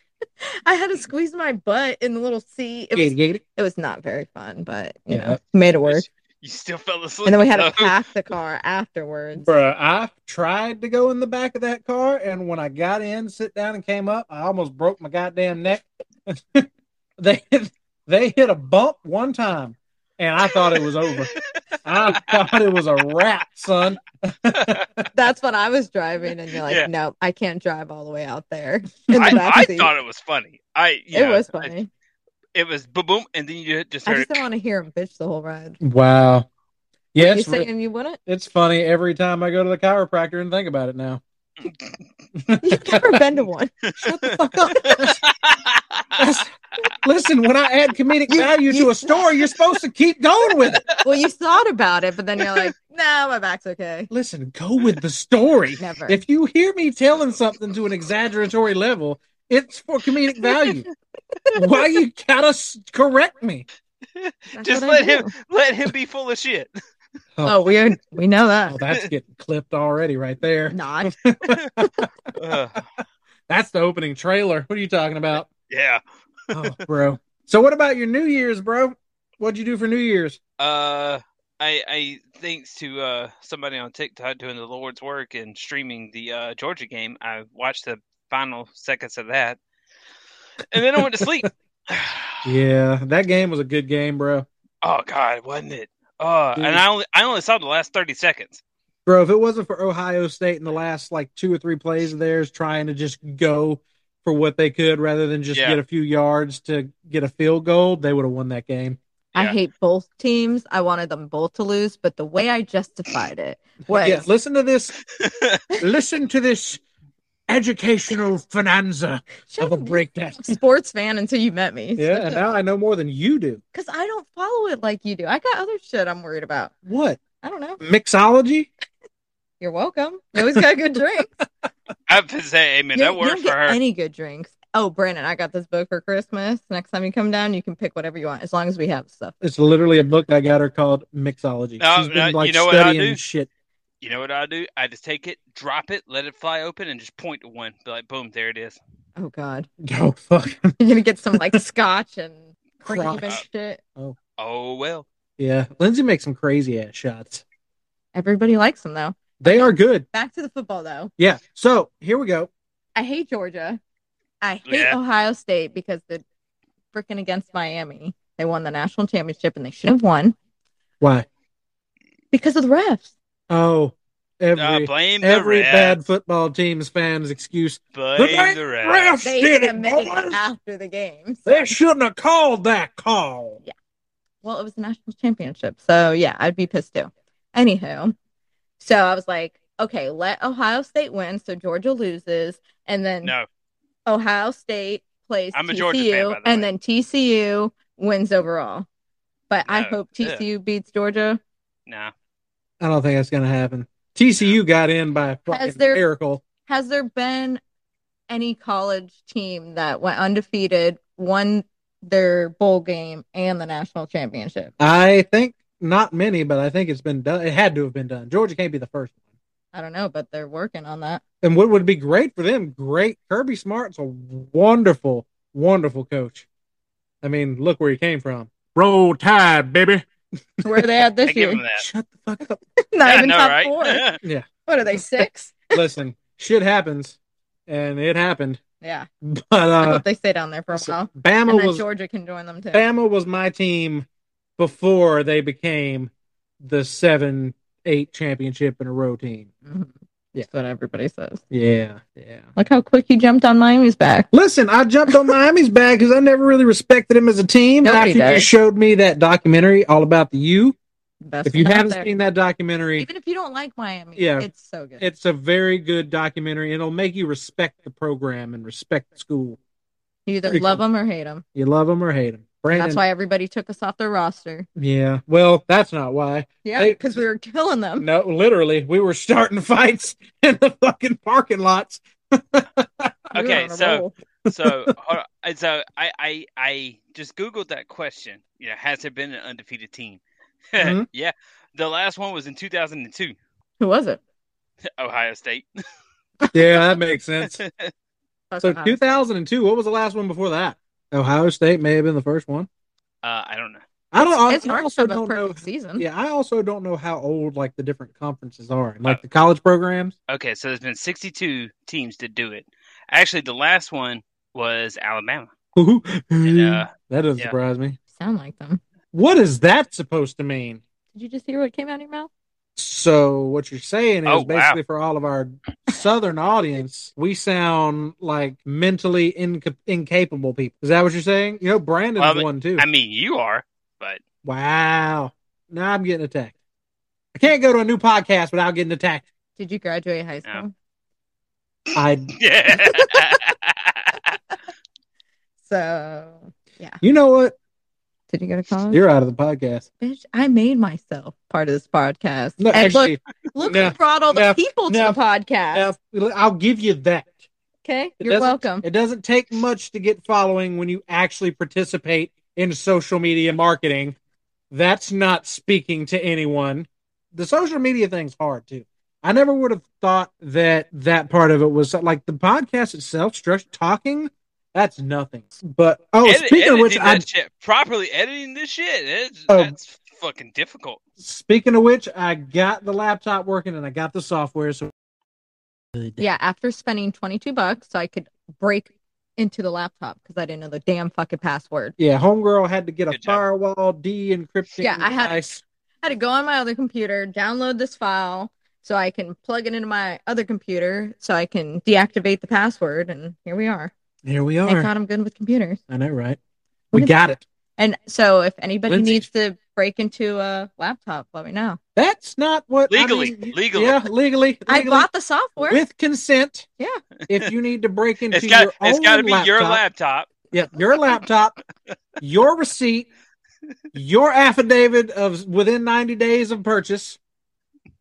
Speaker 2: I had to squeeze my butt in the little seat. It
Speaker 1: giggity,
Speaker 2: was
Speaker 1: giggity.
Speaker 2: it was not very fun, but you
Speaker 1: Yeah.
Speaker 2: know, made it work.
Speaker 3: You still fell asleep.
Speaker 2: And then we had to
Speaker 3: though.
Speaker 2: pack the car afterwards.
Speaker 1: Bruh, I tried to go in the back of that car, and when I got in, sit down, and came up, I almost broke my goddamn neck. they they hit a bump one time, and I thought it was over. I thought it was a wrap, son.
Speaker 2: That's when I was driving, and you're like,
Speaker 3: Yeah.
Speaker 2: no, I can't drive all the way out there in the
Speaker 3: I,
Speaker 2: back
Speaker 3: I
Speaker 2: seat.
Speaker 3: thought it was funny. I you
Speaker 2: it
Speaker 3: know,
Speaker 2: was
Speaker 3: I-
Speaker 2: funny.
Speaker 3: it was boom boom, and then you just
Speaker 2: I
Speaker 3: heard.
Speaker 2: just didn't want to hear him bitch the whole ride.
Speaker 1: Wow. Yeah,
Speaker 2: you
Speaker 1: it's,
Speaker 2: saying you wouldn't?
Speaker 1: it's funny every time I go to the chiropractor and think about it now.
Speaker 2: You've never been to one. Shut the fuck up.
Speaker 1: That's- Listen, when I add comedic
Speaker 2: You-
Speaker 1: value
Speaker 2: you-
Speaker 1: to a story, you're supposed to keep going with it.
Speaker 2: Well, you thought about it, but then you're like, nah, my back's okay.
Speaker 1: Listen, go with the story.
Speaker 2: Never.
Speaker 1: If you hear me telling something to an exaggeratory level, it's for comedic value. Why you gotta s- correct me?
Speaker 2: That's
Speaker 3: just
Speaker 2: what I
Speaker 3: let him-
Speaker 2: do.
Speaker 3: Let him be full of shit.
Speaker 2: Oh, we we know
Speaker 1: Oh,
Speaker 2: that.
Speaker 1: that's getting clipped already right there.
Speaker 2: Not.
Speaker 3: Uh,
Speaker 1: That's the opening trailer. What are you talking about?
Speaker 3: yeah.
Speaker 1: Oh, bro. So what about your New Year's, bro? What'd you do for New Year's?
Speaker 3: Uh, I I thanks to uh somebody on TikTok doing the Lord's work and streaming the uh Georgia game. I watched the final seconds of that, and then I went to sleep.
Speaker 1: Yeah, that game was a good game, bro.
Speaker 3: oh God, wasn't it? Oh,
Speaker 1: Dude.
Speaker 3: and I only I only saw the last thirty seconds.
Speaker 1: Bro, if it wasn't for Ohio State in the last like two or three plays of theirs trying to just go for what they could rather than just
Speaker 3: Yeah.
Speaker 1: get a few yards to get a field goal, they would have won that game.
Speaker 2: I
Speaker 3: Yeah.
Speaker 2: hate both teams. I wanted them both to lose, but the way I justified it was
Speaker 1: Yeah, listen to this. listen to this educational finanza
Speaker 2: Shut
Speaker 1: of a
Speaker 2: up,
Speaker 1: breakdown.
Speaker 2: you're a sports fan until you met me.
Speaker 1: Yeah, and now I know more than you do.
Speaker 2: Because I don't follow it like you do. I got other shit I'm worried about.
Speaker 1: What?
Speaker 2: I don't know.
Speaker 1: Mixology?
Speaker 2: You're welcome. You always got good drinks.
Speaker 3: I have to say, amen.
Speaker 2: You-
Speaker 3: that
Speaker 2: you
Speaker 3: worked
Speaker 2: don't
Speaker 3: for
Speaker 2: get
Speaker 3: her.
Speaker 2: Any good drinks? Oh, Brandon, I got this book for Christmas. Next time you come down, you can pick whatever you want, as long as we have stuff.
Speaker 1: It's literally a book I got her called Mixology.
Speaker 3: No,
Speaker 1: She's been like
Speaker 3: no, Oh, uh, you know what I
Speaker 1: studying
Speaker 3: do?
Speaker 1: shit.
Speaker 3: You know what I do? I just take it, drop it, let it fly open, and just point to one. Be like, boom, there it is.
Speaker 2: Oh God,
Speaker 1: Oh fuck.
Speaker 2: you're gonna get some like scotch and cream and
Speaker 1: Crotch.
Speaker 2: shit.
Speaker 3: Oh well.
Speaker 1: Yeah. Lindsay makes some crazy ass shots.
Speaker 2: Everybody likes them though.
Speaker 1: They are good.
Speaker 2: Back to the football though.
Speaker 1: Yeah. So here we go.
Speaker 2: I hate Georgia. I hate
Speaker 3: Yeah.
Speaker 2: Ohio State because they're freaking against Miami. They won the national championship and they should have won
Speaker 1: Why?
Speaker 2: because of the refs.
Speaker 1: Oh, every
Speaker 3: Uh, blame the
Speaker 1: every
Speaker 3: refs.
Speaker 1: bad football team's fans excuse.
Speaker 3: Blame the refs.
Speaker 1: refs
Speaker 2: They
Speaker 1: did it,
Speaker 2: admitted
Speaker 1: boys.
Speaker 2: after the game. so-
Speaker 1: They shouldn't have called that call.
Speaker 2: Well, it was the national championship. So yeah, I'd be pissed too. Anywho, so I was like, okay, let Ohio State win so Georgia loses. And then
Speaker 3: No,
Speaker 2: Ohio State plays
Speaker 3: I'm a
Speaker 2: TCU,
Speaker 3: Georgia fan, by the
Speaker 2: and
Speaker 3: way.
Speaker 2: then TCU wins overall. But I
Speaker 3: No,
Speaker 2: hope
Speaker 3: ugh.
Speaker 2: TCU beats Georgia.
Speaker 3: Nah.
Speaker 1: I don't think that's going to happen. TCU got in by a fucking
Speaker 2: there-
Speaker 1: miracle.
Speaker 2: Has there been any college team that went undefeated, won their bowl game and the national championship?
Speaker 1: I think not many, but I think it's been done. It had to have been done. Georgia can't be the first one.
Speaker 2: I don't know, but they're working on that.
Speaker 1: And what would be great for them? Great Kirby Smart's a wonderful, wonderful coach. I mean, look where he came from. Roll Tide, baby.
Speaker 2: Where are they at
Speaker 3: I
Speaker 2: this
Speaker 3: give
Speaker 2: year?
Speaker 3: them that.
Speaker 1: Shut the fuck up.
Speaker 3: Yeah,
Speaker 2: Not
Speaker 3: I
Speaker 2: even
Speaker 3: know,
Speaker 2: top
Speaker 3: right?
Speaker 2: four. What are they six?
Speaker 1: Listen, shit happens, and it happened.
Speaker 2: yeah,
Speaker 1: But
Speaker 2: I
Speaker 1: uh,
Speaker 2: hope they stay down there for a
Speaker 1: so
Speaker 2: while, and
Speaker 1: Bama
Speaker 2: then
Speaker 1: was
Speaker 2: Georgia can join them too.
Speaker 1: Bama was my team before they became the seven eight championship in a row team.
Speaker 2: Mhm.
Speaker 1: Yeah.
Speaker 2: That's what everybody says.
Speaker 1: Yeah, yeah.
Speaker 2: Look how quick you jumped on Miami's back.
Speaker 1: Listen, I jumped on Miami's back because I never really respected him as a team. After
Speaker 2: Nobody
Speaker 1: you
Speaker 2: does.
Speaker 1: showed me that documentary all about the U.
Speaker 2: Best
Speaker 1: If you
Speaker 2: one out
Speaker 1: haven't
Speaker 2: there.
Speaker 1: seen that documentary,
Speaker 2: even if you don't like Miami,
Speaker 1: Yeah.
Speaker 2: it's so good.
Speaker 1: it's a very good documentary. It'll make you respect the program and respect the school.
Speaker 2: you either
Speaker 1: pretty
Speaker 2: love
Speaker 1: cool.
Speaker 2: them or hate them.
Speaker 1: You love them or hate them. Brandon,
Speaker 2: That's why everybody took us off their roster.
Speaker 1: Yeah. Well, that's not why.
Speaker 2: Yeah,
Speaker 1: Hey-
Speaker 2: because we were killing them.
Speaker 1: No, literally, we were starting fights in the fucking parking lots.
Speaker 2: We were
Speaker 3: Okay,
Speaker 2: on a
Speaker 3: so-
Speaker 2: roll.
Speaker 3: So, hold on. so I, I, I just Googled that question. You know, has there been an undefeated team?
Speaker 1: Mhm.
Speaker 3: Yeah. The last one was in 2002,
Speaker 2: who was it?
Speaker 3: Ohio State.
Speaker 1: Yeah, that makes sense.
Speaker 2: That's
Speaker 1: So
Speaker 2: what I-
Speaker 1: 2002, what was the last one before that? Ohio State may have been the first one.
Speaker 3: Uh, I don't know.
Speaker 1: I don't. I,
Speaker 2: it's
Speaker 1: I
Speaker 2: hard
Speaker 1: also
Speaker 2: to have a
Speaker 1: don't know.
Speaker 2: perfect season.
Speaker 1: Yeah, I also don't know how old like the different conferences are, like the college programs.
Speaker 3: Okay, so there's been 62 teams to do it. Actually, the last one was Alabama. uh,
Speaker 1: that doesn't
Speaker 3: yeah.
Speaker 1: surprise me.
Speaker 2: Sound like them.
Speaker 1: What is that supposed to mean?
Speaker 2: Did you just hear what came out of your mouth?
Speaker 1: So what you're saying is
Speaker 3: Oh, wow.
Speaker 1: basically for all of our southern audience, we sound like mentally inca- incapable people. Is that what you're saying? You know, Brandon's
Speaker 3: Well, I mean-
Speaker 1: one too.
Speaker 3: I mean, you are.
Speaker 1: wow. Now I'm getting attacked. I can't go to a new podcast without getting attacked.
Speaker 2: Did you graduate high school?
Speaker 3: No.
Speaker 1: I,
Speaker 3: Yeah.
Speaker 2: So,
Speaker 1: you know what?
Speaker 2: did you go to college?
Speaker 1: You're out of the podcast.
Speaker 2: Bitch, I made myself part of this podcast.
Speaker 1: No,
Speaker 2: and
Speaker 1: actually,
Speaker 2: look, look
Speaker 1: no,
Speaker 2: who brought all the
Speaker 1: no,
Speaker 2: people to
Speaker 1: no,
Speaker 2: the podcast.
Speaker 1: uh, I'll give you that.
Speaker 2: okay,
Speaker 1: It
Speaker 2: you're
Speaker 1: doesn't-
Speaker 2: welcome.
Speaker 1: It doesn't take much to get following when you actually participate in social media marketing. That's not speaking to anyone. The social media thing's hard too. I never would have thought that that part of it was like the podcast itself, stretch talking. That's nothing. But oh,
Speaker 3: Edi-
Speaker 1: speaking of which,
Speaker 3: editing
Speaker 1: I
Speaker 3: that shit, properly editing this shit, it's,
Speaker 1: Oh.
Speaker 3: that's fucking difficult.
Speaker 1: speaking of which, I got the laptop working and I got the software. So
Speaker 2: Yeah, after spending 22 bucks, so I could break into the laptop because I didn't know the damn fucking password.
Speaker 1: yeah, homegirl had to get a
Speaker 3: Good job.
Speaker 1: firewall de encrypting.
Speaker 2: Yeah, I had-
Speaker 1: device.
Speaker 2: I had to go on my other computer, download this file so I can plug it into my other computer so I can deactivate the password. And here we are.
Speaker 1: Here we
Speaker 2: Thank
Speaker 1: are.
Speaker 2: God I'm good with computers.
Speaker 1: I know, right?
Speaker 2: What
Speaker 1: We
Speaker 2: is-
Speaker 1: got it.
Speaker 2: And so if anybody
Speaker 1: Lindsay.
Speaker 2: needs to break into a laptop, let me know.
Speaker 1: That's not what I
Speaker 3: Legally,
Speaker 1: mean,
Speaker 3: legally.
Speaker 1: Yeah, legally.
Speaker 2: I
Speaker 1: legally,
Speaker 2: bought the software.
Speaker 1: with consent.
Speaker 2: Yeah.
Speaker 1: If you need to break into
Speaker 3: It's got
Speaker 1: your
Speaker 3: it's
Speaker 1: own
Speaker 3: got to be
Speaker 1: laptop,
Speaker 3: your laptop.
Speaker 1: Yeah, your laptop, your receipt, your affidavit of within ninety days of purchase,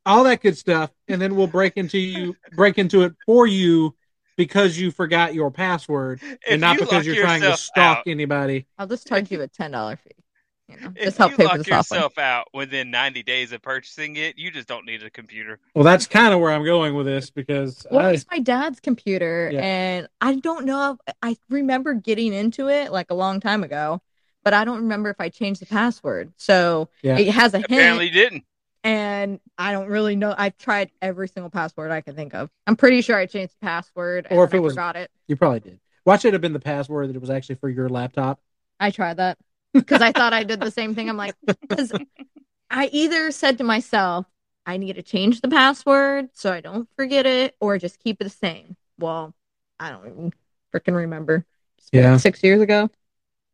Speaker 1: all that good stuff, and then we'll break into you break into it for you because you forgot your password
Speaker 3: If
Speaker 1: and not
Speaker 3: you
Speaker 1: because
Speaker 3: lock
Speaker 1: you're trying to
Speaker 3: yourself
Speaker 1: stalk
Speaker 3: out-
Speaker 1: anybody.
Speaker 2: I'll just charge you a $10 fee. You know,
Speaker 3: If
Speaker 2: just help
Speaker 3: you
Speaker 2: pay
Speaker 3: lock
Speaker 2: for the software.
Speaker 3: yourself out within 90 days of purchasing it, you just don't need a computer.
Speaker 1: Well, that's kind of where I'm going with this because
Speaker 2: Well,
Speaker 1: I-
Speaker 2: it's my dad's computer,
Speaker 1: Yeah.
Speaker 2: and I don't know. If, I remember getting into it like a long time ago, but I don't remember if I changed the password. So
Speaker 1: Yeah.
Speaker 2: it has a hint,
Speaker 3: Apparently, you didn't.
Speaker 2: and I don't really know. I've tried every single password I can think of. I'm pretty sure I changed the password, and
Speaker 1: Or if
Speaker 2: then
Speaker 1: it
Speaker 2: I
Speaker 1: was-
Speaker 2: forgot it.
Speaker 1: You probably did. Watch it have been the password that it was actually for your laptop.
Speaker 2: I tried that because I thought I did the same thing. I'm like, because I either said to myself, I need to change the password so I don't forget it, or just keep it the same. Well, I don't even freaking remember. It's been,
Speaker 1: Yeah.
Speaker 2: like, six years ago.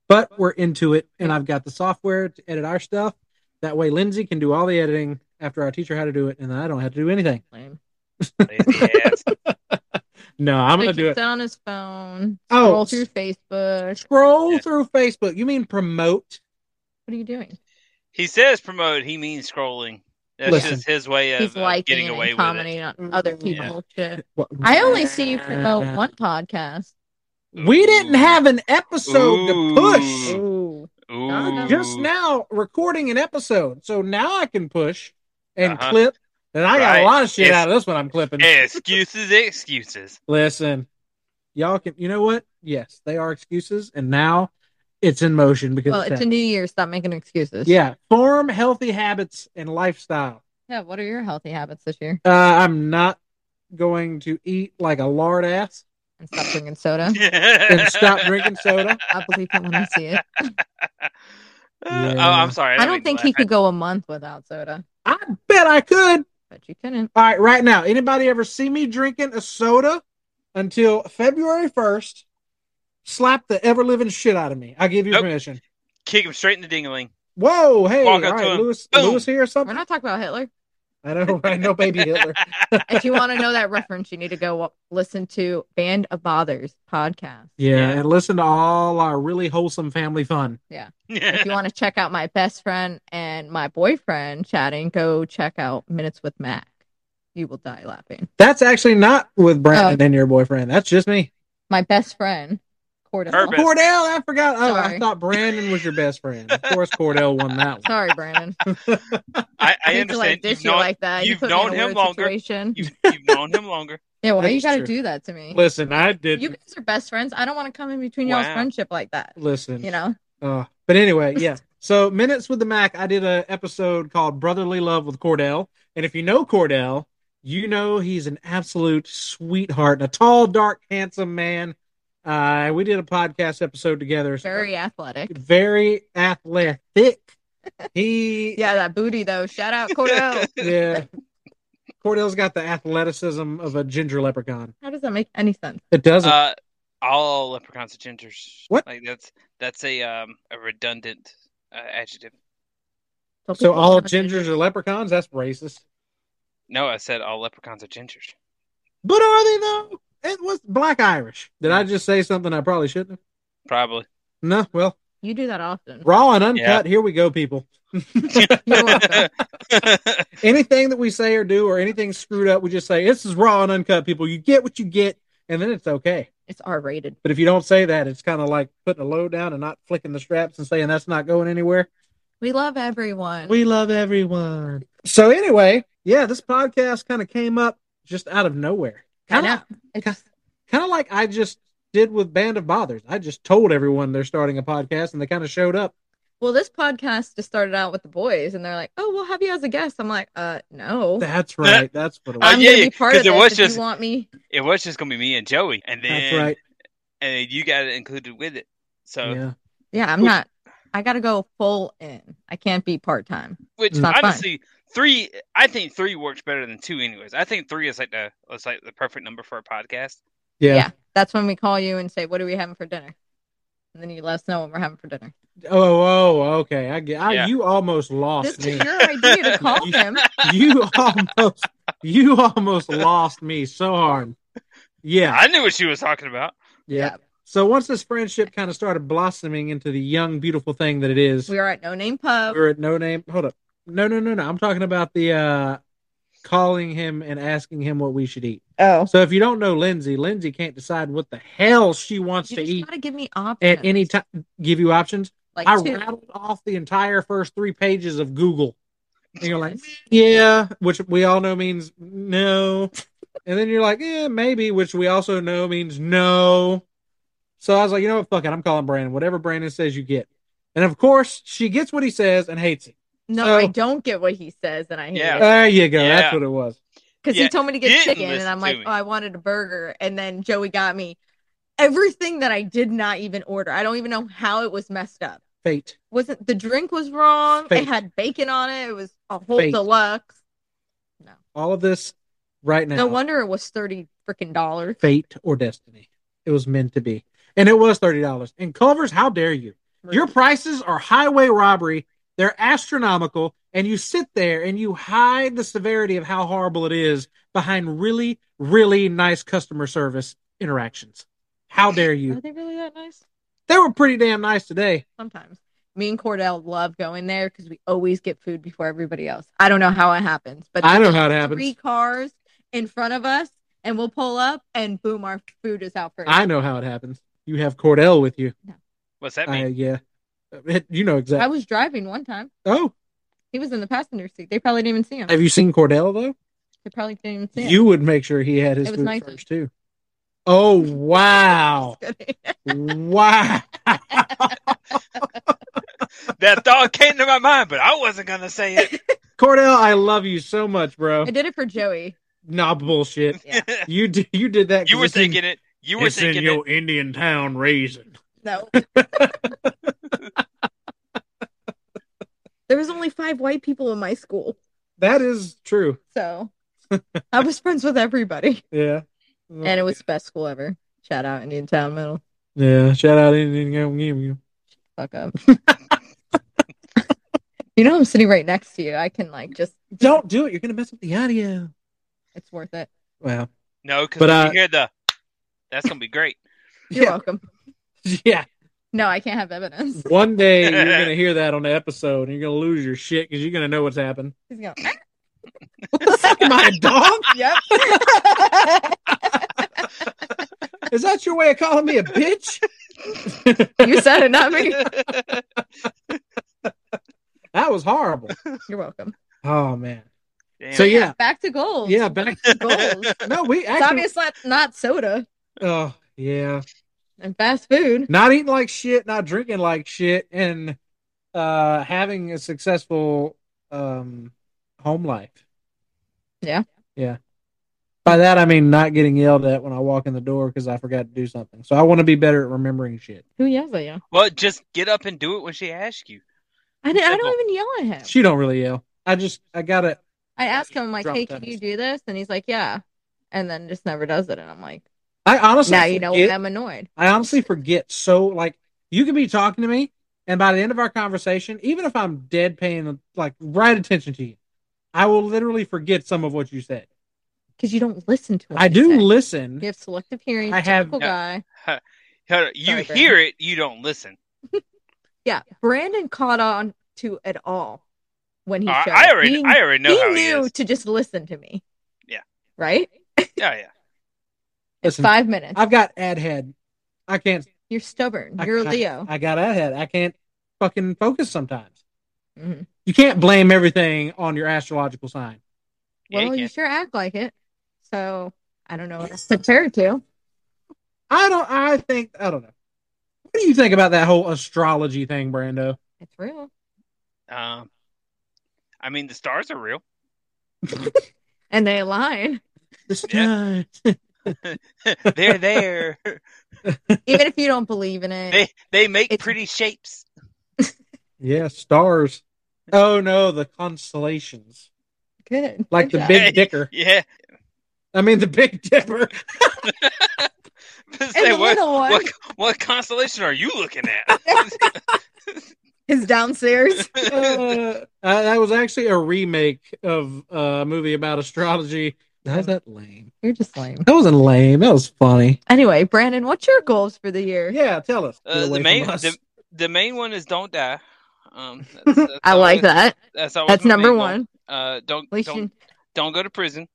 Speaker 1: But we're into it, and I've got the software to edit our stuff. That way, Lindsay can do all the editing after I teach her how to do it, and I don't have to do anything.
Speaker 2: Lame.
Speaker 3: Lazy ass.
Speaker 1: No, I'm
Speaker 2: Like,
Speaker 1: gonna
Speaker 2: he
Speaker 1: do it.
Speaker 2: sat on his phone.
Speaker 1: Oh.
Speaker 2: Scroll through Facebook.
Speaker 1: Scroll
Speaker 3: Yeah.
Speaker 1: through Facebook. You mean promote?
Speaker 2: What are you doing?
Speaker 3: He says promote. He means scrolling. That's
Speaker 1: Listen.
Speaker 3: just his way of,
Speaker 2: He's
Speaker 3: of
Speaker 2: liking
Speaker 3: getting
Speaker 2: it
Speaker 3: away
Speaker 2: and
Speaker 3: with it.
Speaker 2: commenting on other
Speaker 1: Yeah.
Speaker 2: people. Shit.
Speaker 1: What-
Speaker 2: I only see you promote one podcast.
Speaker 1: We didn't have an episode
Speaker 3: Ooh.
Speaker 1: to push.
Speaker 2: Ooh.
Speaker 3: Ooh.
Speaker 2: Ooh.
Speaker 1: just now recording an episode. So now I can push and
Speaker 3: Uh-huh.
Speaker 1: clip. And I got
Speaker 3: Right.
Speaker 1: a lot of shit
Speaker 3: It's-
Speaker 1: out of this one I'm clipping.
Speaker 3: Excuses, excuses.
Speaker 1: Listen, y'all can, you know what? Yes, they are excuses. And now it's in motion because,
Speaker 2: Well, it's a
Speaker 1: happening.
Speaker 2: new year. Stop making excuses.
Speaker 1: yeah, form healthy habits and lifestyle.
Speaker 2: Yeah. What are your healthy habits this year?
Speaker 1: Uh, I'm not going to eat like a lard ass
Speaker 2: And stop drinking soda.
Speaker 1: and stop drinking soda.
Speaker 2: I believe it when I see it.
Speaker 3: Uh,
Speaker 1: Yeah.
Speaker 3: Oh, I'm sorry.
Speaker 2: I don't think he
Speaker 3: could.
Speaker 2: could go a month without soda,
Speaker 1: I bet I could.
Speaker 2: but you couldn't.
Speaker 1: All right, right now, anybody ever see me drinking a soda until February 1st? Slap the ever living shit out of me. I give you
Speaker 3: Nope.
Speaker 1: permission.
Speaker 3: Kick him straight in the dingling.
Speaker 1: Whoa, hey,
Speaker 3: Walk up
Speaker 1: all
Speaker 3: to
Speaker 1: right,
Speaker 3: him.
Speaker 1: Lewis,
Speaker 3: Boom.
Speaker 1: Lewis here or
Speaker 2: We're
Speaker 1: something?
Speaker 2: not talking about Hitler.
Speaker 1: I know, I know, baby Hitler.
Speaker 2: If you want to know that reference, you need to go up- listen to Band of Bothers podcast.
Speaker 1: Yeah,
Speaker 3: Yeah.
Speaker 1: and listen to all our really wholesome family fun.
Speaker 2: If you want to check out my best friend and my boyfriend chatting, go check out Minutes with Mac. You will die laughing.
Speaker 1: That's actually not with
Speaker 2: Oh.
Speaker 1: Brandon and your boyfriend. That's just me.
Speaker 2: My best friend, Cordell.
Speaker 3: Her best-
Speaker 1: Cordell, I forgot. Oh, I
Speaker 2: Sorry.
Speaker 1: thought Brandon was your best friend. Of course, Cordell won that one.
Speaker 2: Sorry, Brandon.
Speaker 3: I, I
Speaker 2: hate to
Speaker 3: understand.
Speaker 2: like diss
Speaker 3: you've
Speaker 2: you
Speaker 3: known,
Speaker 2: like that. You
Speaker 3: you've
Speaker 2: put me in a
Speaker 3: known him
Speaker 2: weird
Speaker 3: longer.
Speaker 2: Situation.
Speaker 3: you've, you've known him longer.
Speaker 2: yeah, why you
Speaker 1: That's
Speaker 2: got to
Speaker 1: true.
Speaker 2: do that to me?
Speaker 1: Listen, I did.
Speaker 2: You
Speaker 1: not
Speaker 2: guys are best friends. I don't want to come in between y'all's
Speaker 3: Wow.
Speaker 2: friendship like that.
Speaker 1: Listen,
Speaker 2: You know,
Speaker 1: Uh, but anyway, yeah. So minutes with the Mac. I did a episode called Brotherly Love with Cordell, and if you know Cordell, you know he's an absolute sweetheart, and a tall, dark, handsome man. Uh, we did a podcast episode together.
Speaker 2: very athletic.
Speaker 1: very athletic. He,
Speaker 2: Yeah, that booty though. Shout out Cordell.
Speaker 1: yeah. Cordell's got the athleticism of a ginger leprechaun.
Speaker 2: How does that make any sense?
Speaker 1: It doesn't.
Speaker 3: Uh, all leprechauns are gingers.
Speaker 1: What?
Speaker 3: Like that's that's a um a redundant uh, adjective.
Speaker 2: Tell
Speaker 1: so
Speaker 2: people
Speaker 1: all
Speaker 2: I'm a
Speaker 1: gingers are leprechauns. That's racist.
Speaker 3: No, I said all leprechauns are gingers.
Speaker 1: But are they though? It was black Irish. Did I just say something I probably shouldn't? have?
Speaker 3: Probably.
Speaker 1: No, well,
Speaker 2: You do that often.
Speaker 1: raw and uncut. Here we go, people.
Speaker 2: You're welcome.
Speaker 1: Anything that we say or do or anything screwed up, we just say this is raw and uncut, people. You get what you get, and then it's okay.
Speaker 2: It's R rated.
Speaker 1: But if you don't say that, it's kind of like putting a load down and not flicking the straps and saying that's not going anywhere.
Speaker 2: We love everyone.
Speaker 1: We love everyone. So anyway, yeah, this podcast kind of came up just out of nowhere.
Speaker 2: I
Speaker 1: Kind
Speaker 2: know.
Speaker 1: of,
Speaker 2: It's-
Speaker 1: kind of like I just did with Band of Bothers. I just told everyone they're starting a podcast, and they kind of showed up.
Speaker 2: Well, this podcast just started out with the boys, and they're like, "Oh, we'll have you as a guest." I'm like, "Uh, no."
Speaker 1: That's right. That's what it was.
Speaker 2: I'm
Speaker 3: yeah,
Speaker 2: gonna
Speaker 3: yeah,
Speaker 2: be part
Speaker 3: 'cause
Speaker 2: of
Speaker 3: it
Speaker 2: this.
Speaker 3: was
Speaker 2: if
Speaker 3: just-
Speaker 2: you want me,
Speaker 3: it was just gonna be me and Joey, and then
Speaker 1: That's right.
Speaker 3: and then you got it included with it. So
Speaker 1: Yeah.
Speaker 2: yeah, I'm
Speaker 3: Which-
Speaker 2: not. I gotta go full in. I can't be part time.
Speaker 3: which
Speaker 1: It's
Speaker 2: not fun.
Speaker 3: honestly three I think three works better than two anyways. I think three is like the it's like the perfect number for a podcast.
Speaker 1: Yeah.
Speaker 2: Yeah. That's when we call you and say, "What are we having for dinner?" And then you let us know what we're having for dinner.
Speaker 1: Oh, oh, okay. I get. I,
Speaker 3: Yeah.
Speaker 1: You almost lost
Speaker 2: This
Speaker 1: me.
Speaker 2: is your idea to call
Speaker 1: You-
Speaker 2: him.
Speaker 1: you almost. You almost lost me so hard. Yeah,
Speaker 3: I knew what she was talking about.
Speaker 1: yeah. So once this friendship kind of started blossoming into the young, beautiful thing that it is,
Speaker 2: We are at No Name Pub.
Speaker 1: we were at no name. Hold up. No, no, no, no. I'm talking about the uh calling him and asking him what we should eat.
Speaker 2: Oh,
Speaker 1: So if you don't know Lindsay, Lindsay can't decide what the hell she wants
Speaker 2: you
Speaker 1: to
Speaker 2: just
Speaker 1: eat
Speaker 2: gotta give me options
Speaker 1: at any time. Give you options.
Speaker 2: Like
Speaker 1: I
Speaker 2: two.
Speaker 1: rattled off the entire first three pages of Google. And you're like, yeah, which we all know means no. And then you're like, yeah, maybe, which we also know means no. So I was like, you know what? Fuck it. I'm calling Brandon. Whatever Brandon says, you get. And of course, she gets what he says and hates it.
Speaker 2: no,
Speaker 1: so-
Speaker 2: I don't get what he says, and I hate
Speaker 3: Yeah.
Speaker 2: it.
Speaker 1: There you go.
Speaker 3: Yeah.
Speaker 1: That's what it was.
Speaker 2: because
Speaker 3: Yeah,
Speaker 2: he told me to
Speaker 3: didn't
Speaker 2: get chicken, and
Speaker 3: listen
Speaker 2: I'm
Speaker 3: to
Speaker 2: like,
Speaker 3: me.
Speaker 2: oh, I wanted a burger, and then Joey got me everything that I did not even order. I don't even know how it was messed up.
Speaker 1: Fate.
Speaker 2: Wasn't the drink was wrong?
Speaker 1: Fate.
Speaker 2: It had bacon on it. It was a whole
Speaker 1: Fate.
Speaker 2: deluxe.
Speaker 1: All of this right now.
Speaker 2: No wonder it was thirty freaking dollars.
Speaker 1: Fate or destiny. It was meant to be. And it was $30. And Culver's, how dare you? Your prices are highway robbery They're astronomical, and you sit there and you hide the severity of how horrible it is behind really, really nice customer service interactions. How dare
Speaker 2: Are
Speaker 1: you?
Speaker 2: they really that nice?
Speaker 1: They were pretty damn nice today.
Speaker 2: Sometimes. Me and Cordell love going there because we always get food before everybody else. I don't know how it happens, but
Speaker 1: I don't know how it
Speaker 2: three
Speaker 1: happens.
Speaker 2: cars in front of us, and we'll pull up, and boom, our food is out first.
Speaker 1: I know how it happens. You have Cordell with you.
Speaker 3: What's that
Speaker 1: I, uh,
Speaker 3: mean?
Speaker 1: yeah. You know exactly.
Speaker 2: I was driving one time.
Speaker 1: oh,
Speaker 2: He was in the passenger seat. They probably didn't even see him.
Speaker 1: have you seen Cordell though?
Speaker 2: They probably didn't even see him.
Speaker 1: You would make sure he had his
Speaker 2: It was
Speaker 1: food
Speaker 2: nice.
Speaker 1: first too. Oh wow!
Speaker 2: Just kidding.
Speaker 1: wow!
Speaker 3: That thought came to my mind, but I wasn't gonna say it.
Speaker 1: Cordell, I love you so much, bro.
Speaker 2: I did it for Joey.
Speaker 1: Nah, bullshit.
Speaker 2: Yeah.
Speaker 1: You did, you did that. 'cause
Speaker 3: you were
Speaker 1: it's in-
Speaker 3: thinking it. You were
Speaker 1: it's
Speaker 3: thinking
Speaker 1: in
Speaker 3: it.
Speaker 1: your Indian town raisin.
Speaker 2: No. there was only five white people in my school,
Speaker 1: That is true.
Speaker 2: so I was friends with everybody,
Speaker 1: Yeah.
Speaker 2: and it was the best school ever. Shout out Indian Town Middle.
Speaker 1: yeah. Shout out Indian.
Speaker 2: Fuck up. you know I'm sitting right next to you. I can like just.
Speaker 1: Don't do it. You're gonna mess up the audio.
Speaker 2: It's worth it.
Speaker 1: Wow.
Speaker 3: No, because
Speaker 1: But,
Speaker 3: when
Speaker 1: uh,
Speaker 3: you hear the, that's gonna be great.
Speaker 2: You're
Speaker 1: Yeah.
Speaker 2: welcome.
Speaker 1: Yeah.
Speaker 2: No, I can't have evidence.
Speaker 1: One day you're gonna hear that on the episode, and you're gonna lose your shit because you're gonna know what's happened.
Speaker 2: He's going.
Speaker 1: My dog.
Speaker 2: yep.
Speaker 1: Is that your way of calling me a bitch?
Speaker 2: you said it, not me.
Speaker 1: That was horrible.
Speaker 2: You're welcome.
Speaker 1: Oh man.
Speaker 3: Damn.
Speaker 1: So Oh, yeah,
Speaker 2: Back to goals.
Speaker 1: yeah. Back.
Speaker 2: goals.
Speaker 1: No, we
Speaker 2: Oh. It's
Speaker 1: actually.
Speaker 2: obviously not, not soda
Speaker 1: Oh yeah.
Speaker 2: and fast food.
Speaker 1: Not eating like shit, not drinking like shit, and uh, having a successful um, home life.
Speaker 2: Yeah.
Speaker 1: Yeah. By that I mean not getting yelled at when I walk in the door because I forgot to do something. So I want to be better at remembering shit.
Speaker 2: Who yells at you?
Speaker 3: Well, just get up and do it when she asks you.
Speaker 2: I, didn't, I don't
Speaker 3: Simple.
Speaker 2: even yell at him.
Speaker 1: She don't really yell. I just I gotta
Speaker 2: I ask him, I'm like,
Speaker 1: Drop
Speaker 2: hey,
Speaker 1: that.
Speaker 2: can you do this? And he's like, yeah. And then just never does it. And I'm like,
Speaker 1: I honestly
Speaker 2: now you know
Speaker 1: forget-
Speaker 2: I'm annoyed.
Speaker 1: I honestly forget. So like you could be talking to me, and by the end of our conversation, even if I'm dead paying like right attention to you, I will literally forget some of what you said.
Speaker 2: Because you don't listen to him.
Speaker 1: I do listen.
Speaker 2: You have selective hearing.
Speaker 1: I have-
Speaker 2: typical
Speaker 3: No.
Speaker 2: guy.
Speaker 3: Her- You
Speaker 2: Sorry, Brandon.
Speaker 3: hear it, you don't listen.
Speaker 2: Yeah. Brandon caught on to it all when he
Speaker 3: I,
Speaker 2: showed
Speaker 3: I
Speaker 2: up.
Speaker 3: already,
Speaker 2: He-
Speaker 3: I already know
Speaker 2: he
Speaker 3: how
Speaker 2: knew
Speaker 3: he is.
Speaker 2: to just listen to me.
Speaker 3: Yeah.
Speaker 2: Right?
Speaker 3: Yeah, yeah.
Speaker 1: Listen,
Speaker 2: Five minutes.
Speaker 1: I've got ad head. I can't.
Speaker 2: You're stubborn.
Speaker 1: I-
Speaker 2: You're
Speaker 1: I-
Speaker 2: Leo.
Speaker 1: I got ad head. I can't fucking focus sometimes.
Speaker 2: Mhm.
Speaker 1: You can't blame everything on your astrological sign.
Speaker 3: Yeah,
Speaker 2: Well,
Speaker 3: you
Speaker 2: you,
Speaker 3: can.
Speaker 2: sure act like it. So I don't know what else to compare it to.
Speaker 1: I don't. I think. I don't know. What do you think about that whole astrology thing, Brando?
Speaker 2: It's real.
Speaker 3: Um, I mean, the stars are real.
Speaker 2: And they align.
Speaker 1: This
Speaker 3: Yeah. They're there.
Speaker 2: Even if you don't believe in it.
Speaker 3: they they make
Speaker 2: It's-
Speaker 3: pretty shapes.
Speaker 1: Yeah, stars. Oh no, the constellations.
Speaker 2: Good.
Speaker 1: Like the
Speaker 2: Good job.
Speaker 1: Big Dicker.
Speaker 3: Yeah.
Speaker 1: I mean the Big Dipper.
Speaker 2: And
Speaker 3: Say,
Speaker 2: the
Speaker 3: what,
Speaker 2: little one
Speaker 3: what what constellation are you looking at?
Speaker 2: is downstairs.
Speaker 1: Uh, I- that was actually a remake of uh, a movie about astrology. How's that lame?
Speaker 2: You're just lame.
Speaker 1: That wasn't lame. That was funny.
Speaker 2: Anyway, Brandon, what's your goals for the year?
Speaker 1: Yeah, tell us. Get
Speaker 3: Uh,
Speaker 1: away
Speaker 3: the
Speaker 1: from
Speaker 3: main
Speaker 1: us.
Speaker 3: the, the main one is don't die. Um, that's, that's
Speaker 2: I like
Speaker 3: always-
Speaker 2: that.
Speaker 3: That's, always
Speaker 2: That's
Speaker 3: my
Speaker 2: number
Speaker 3: main goal.
Speaker 2: one.
Speaker 3: Uh, don't
Speaker 2: At least
Speaker 3: don't
Speaker 2: you,
Speaker 3: don't go to prison.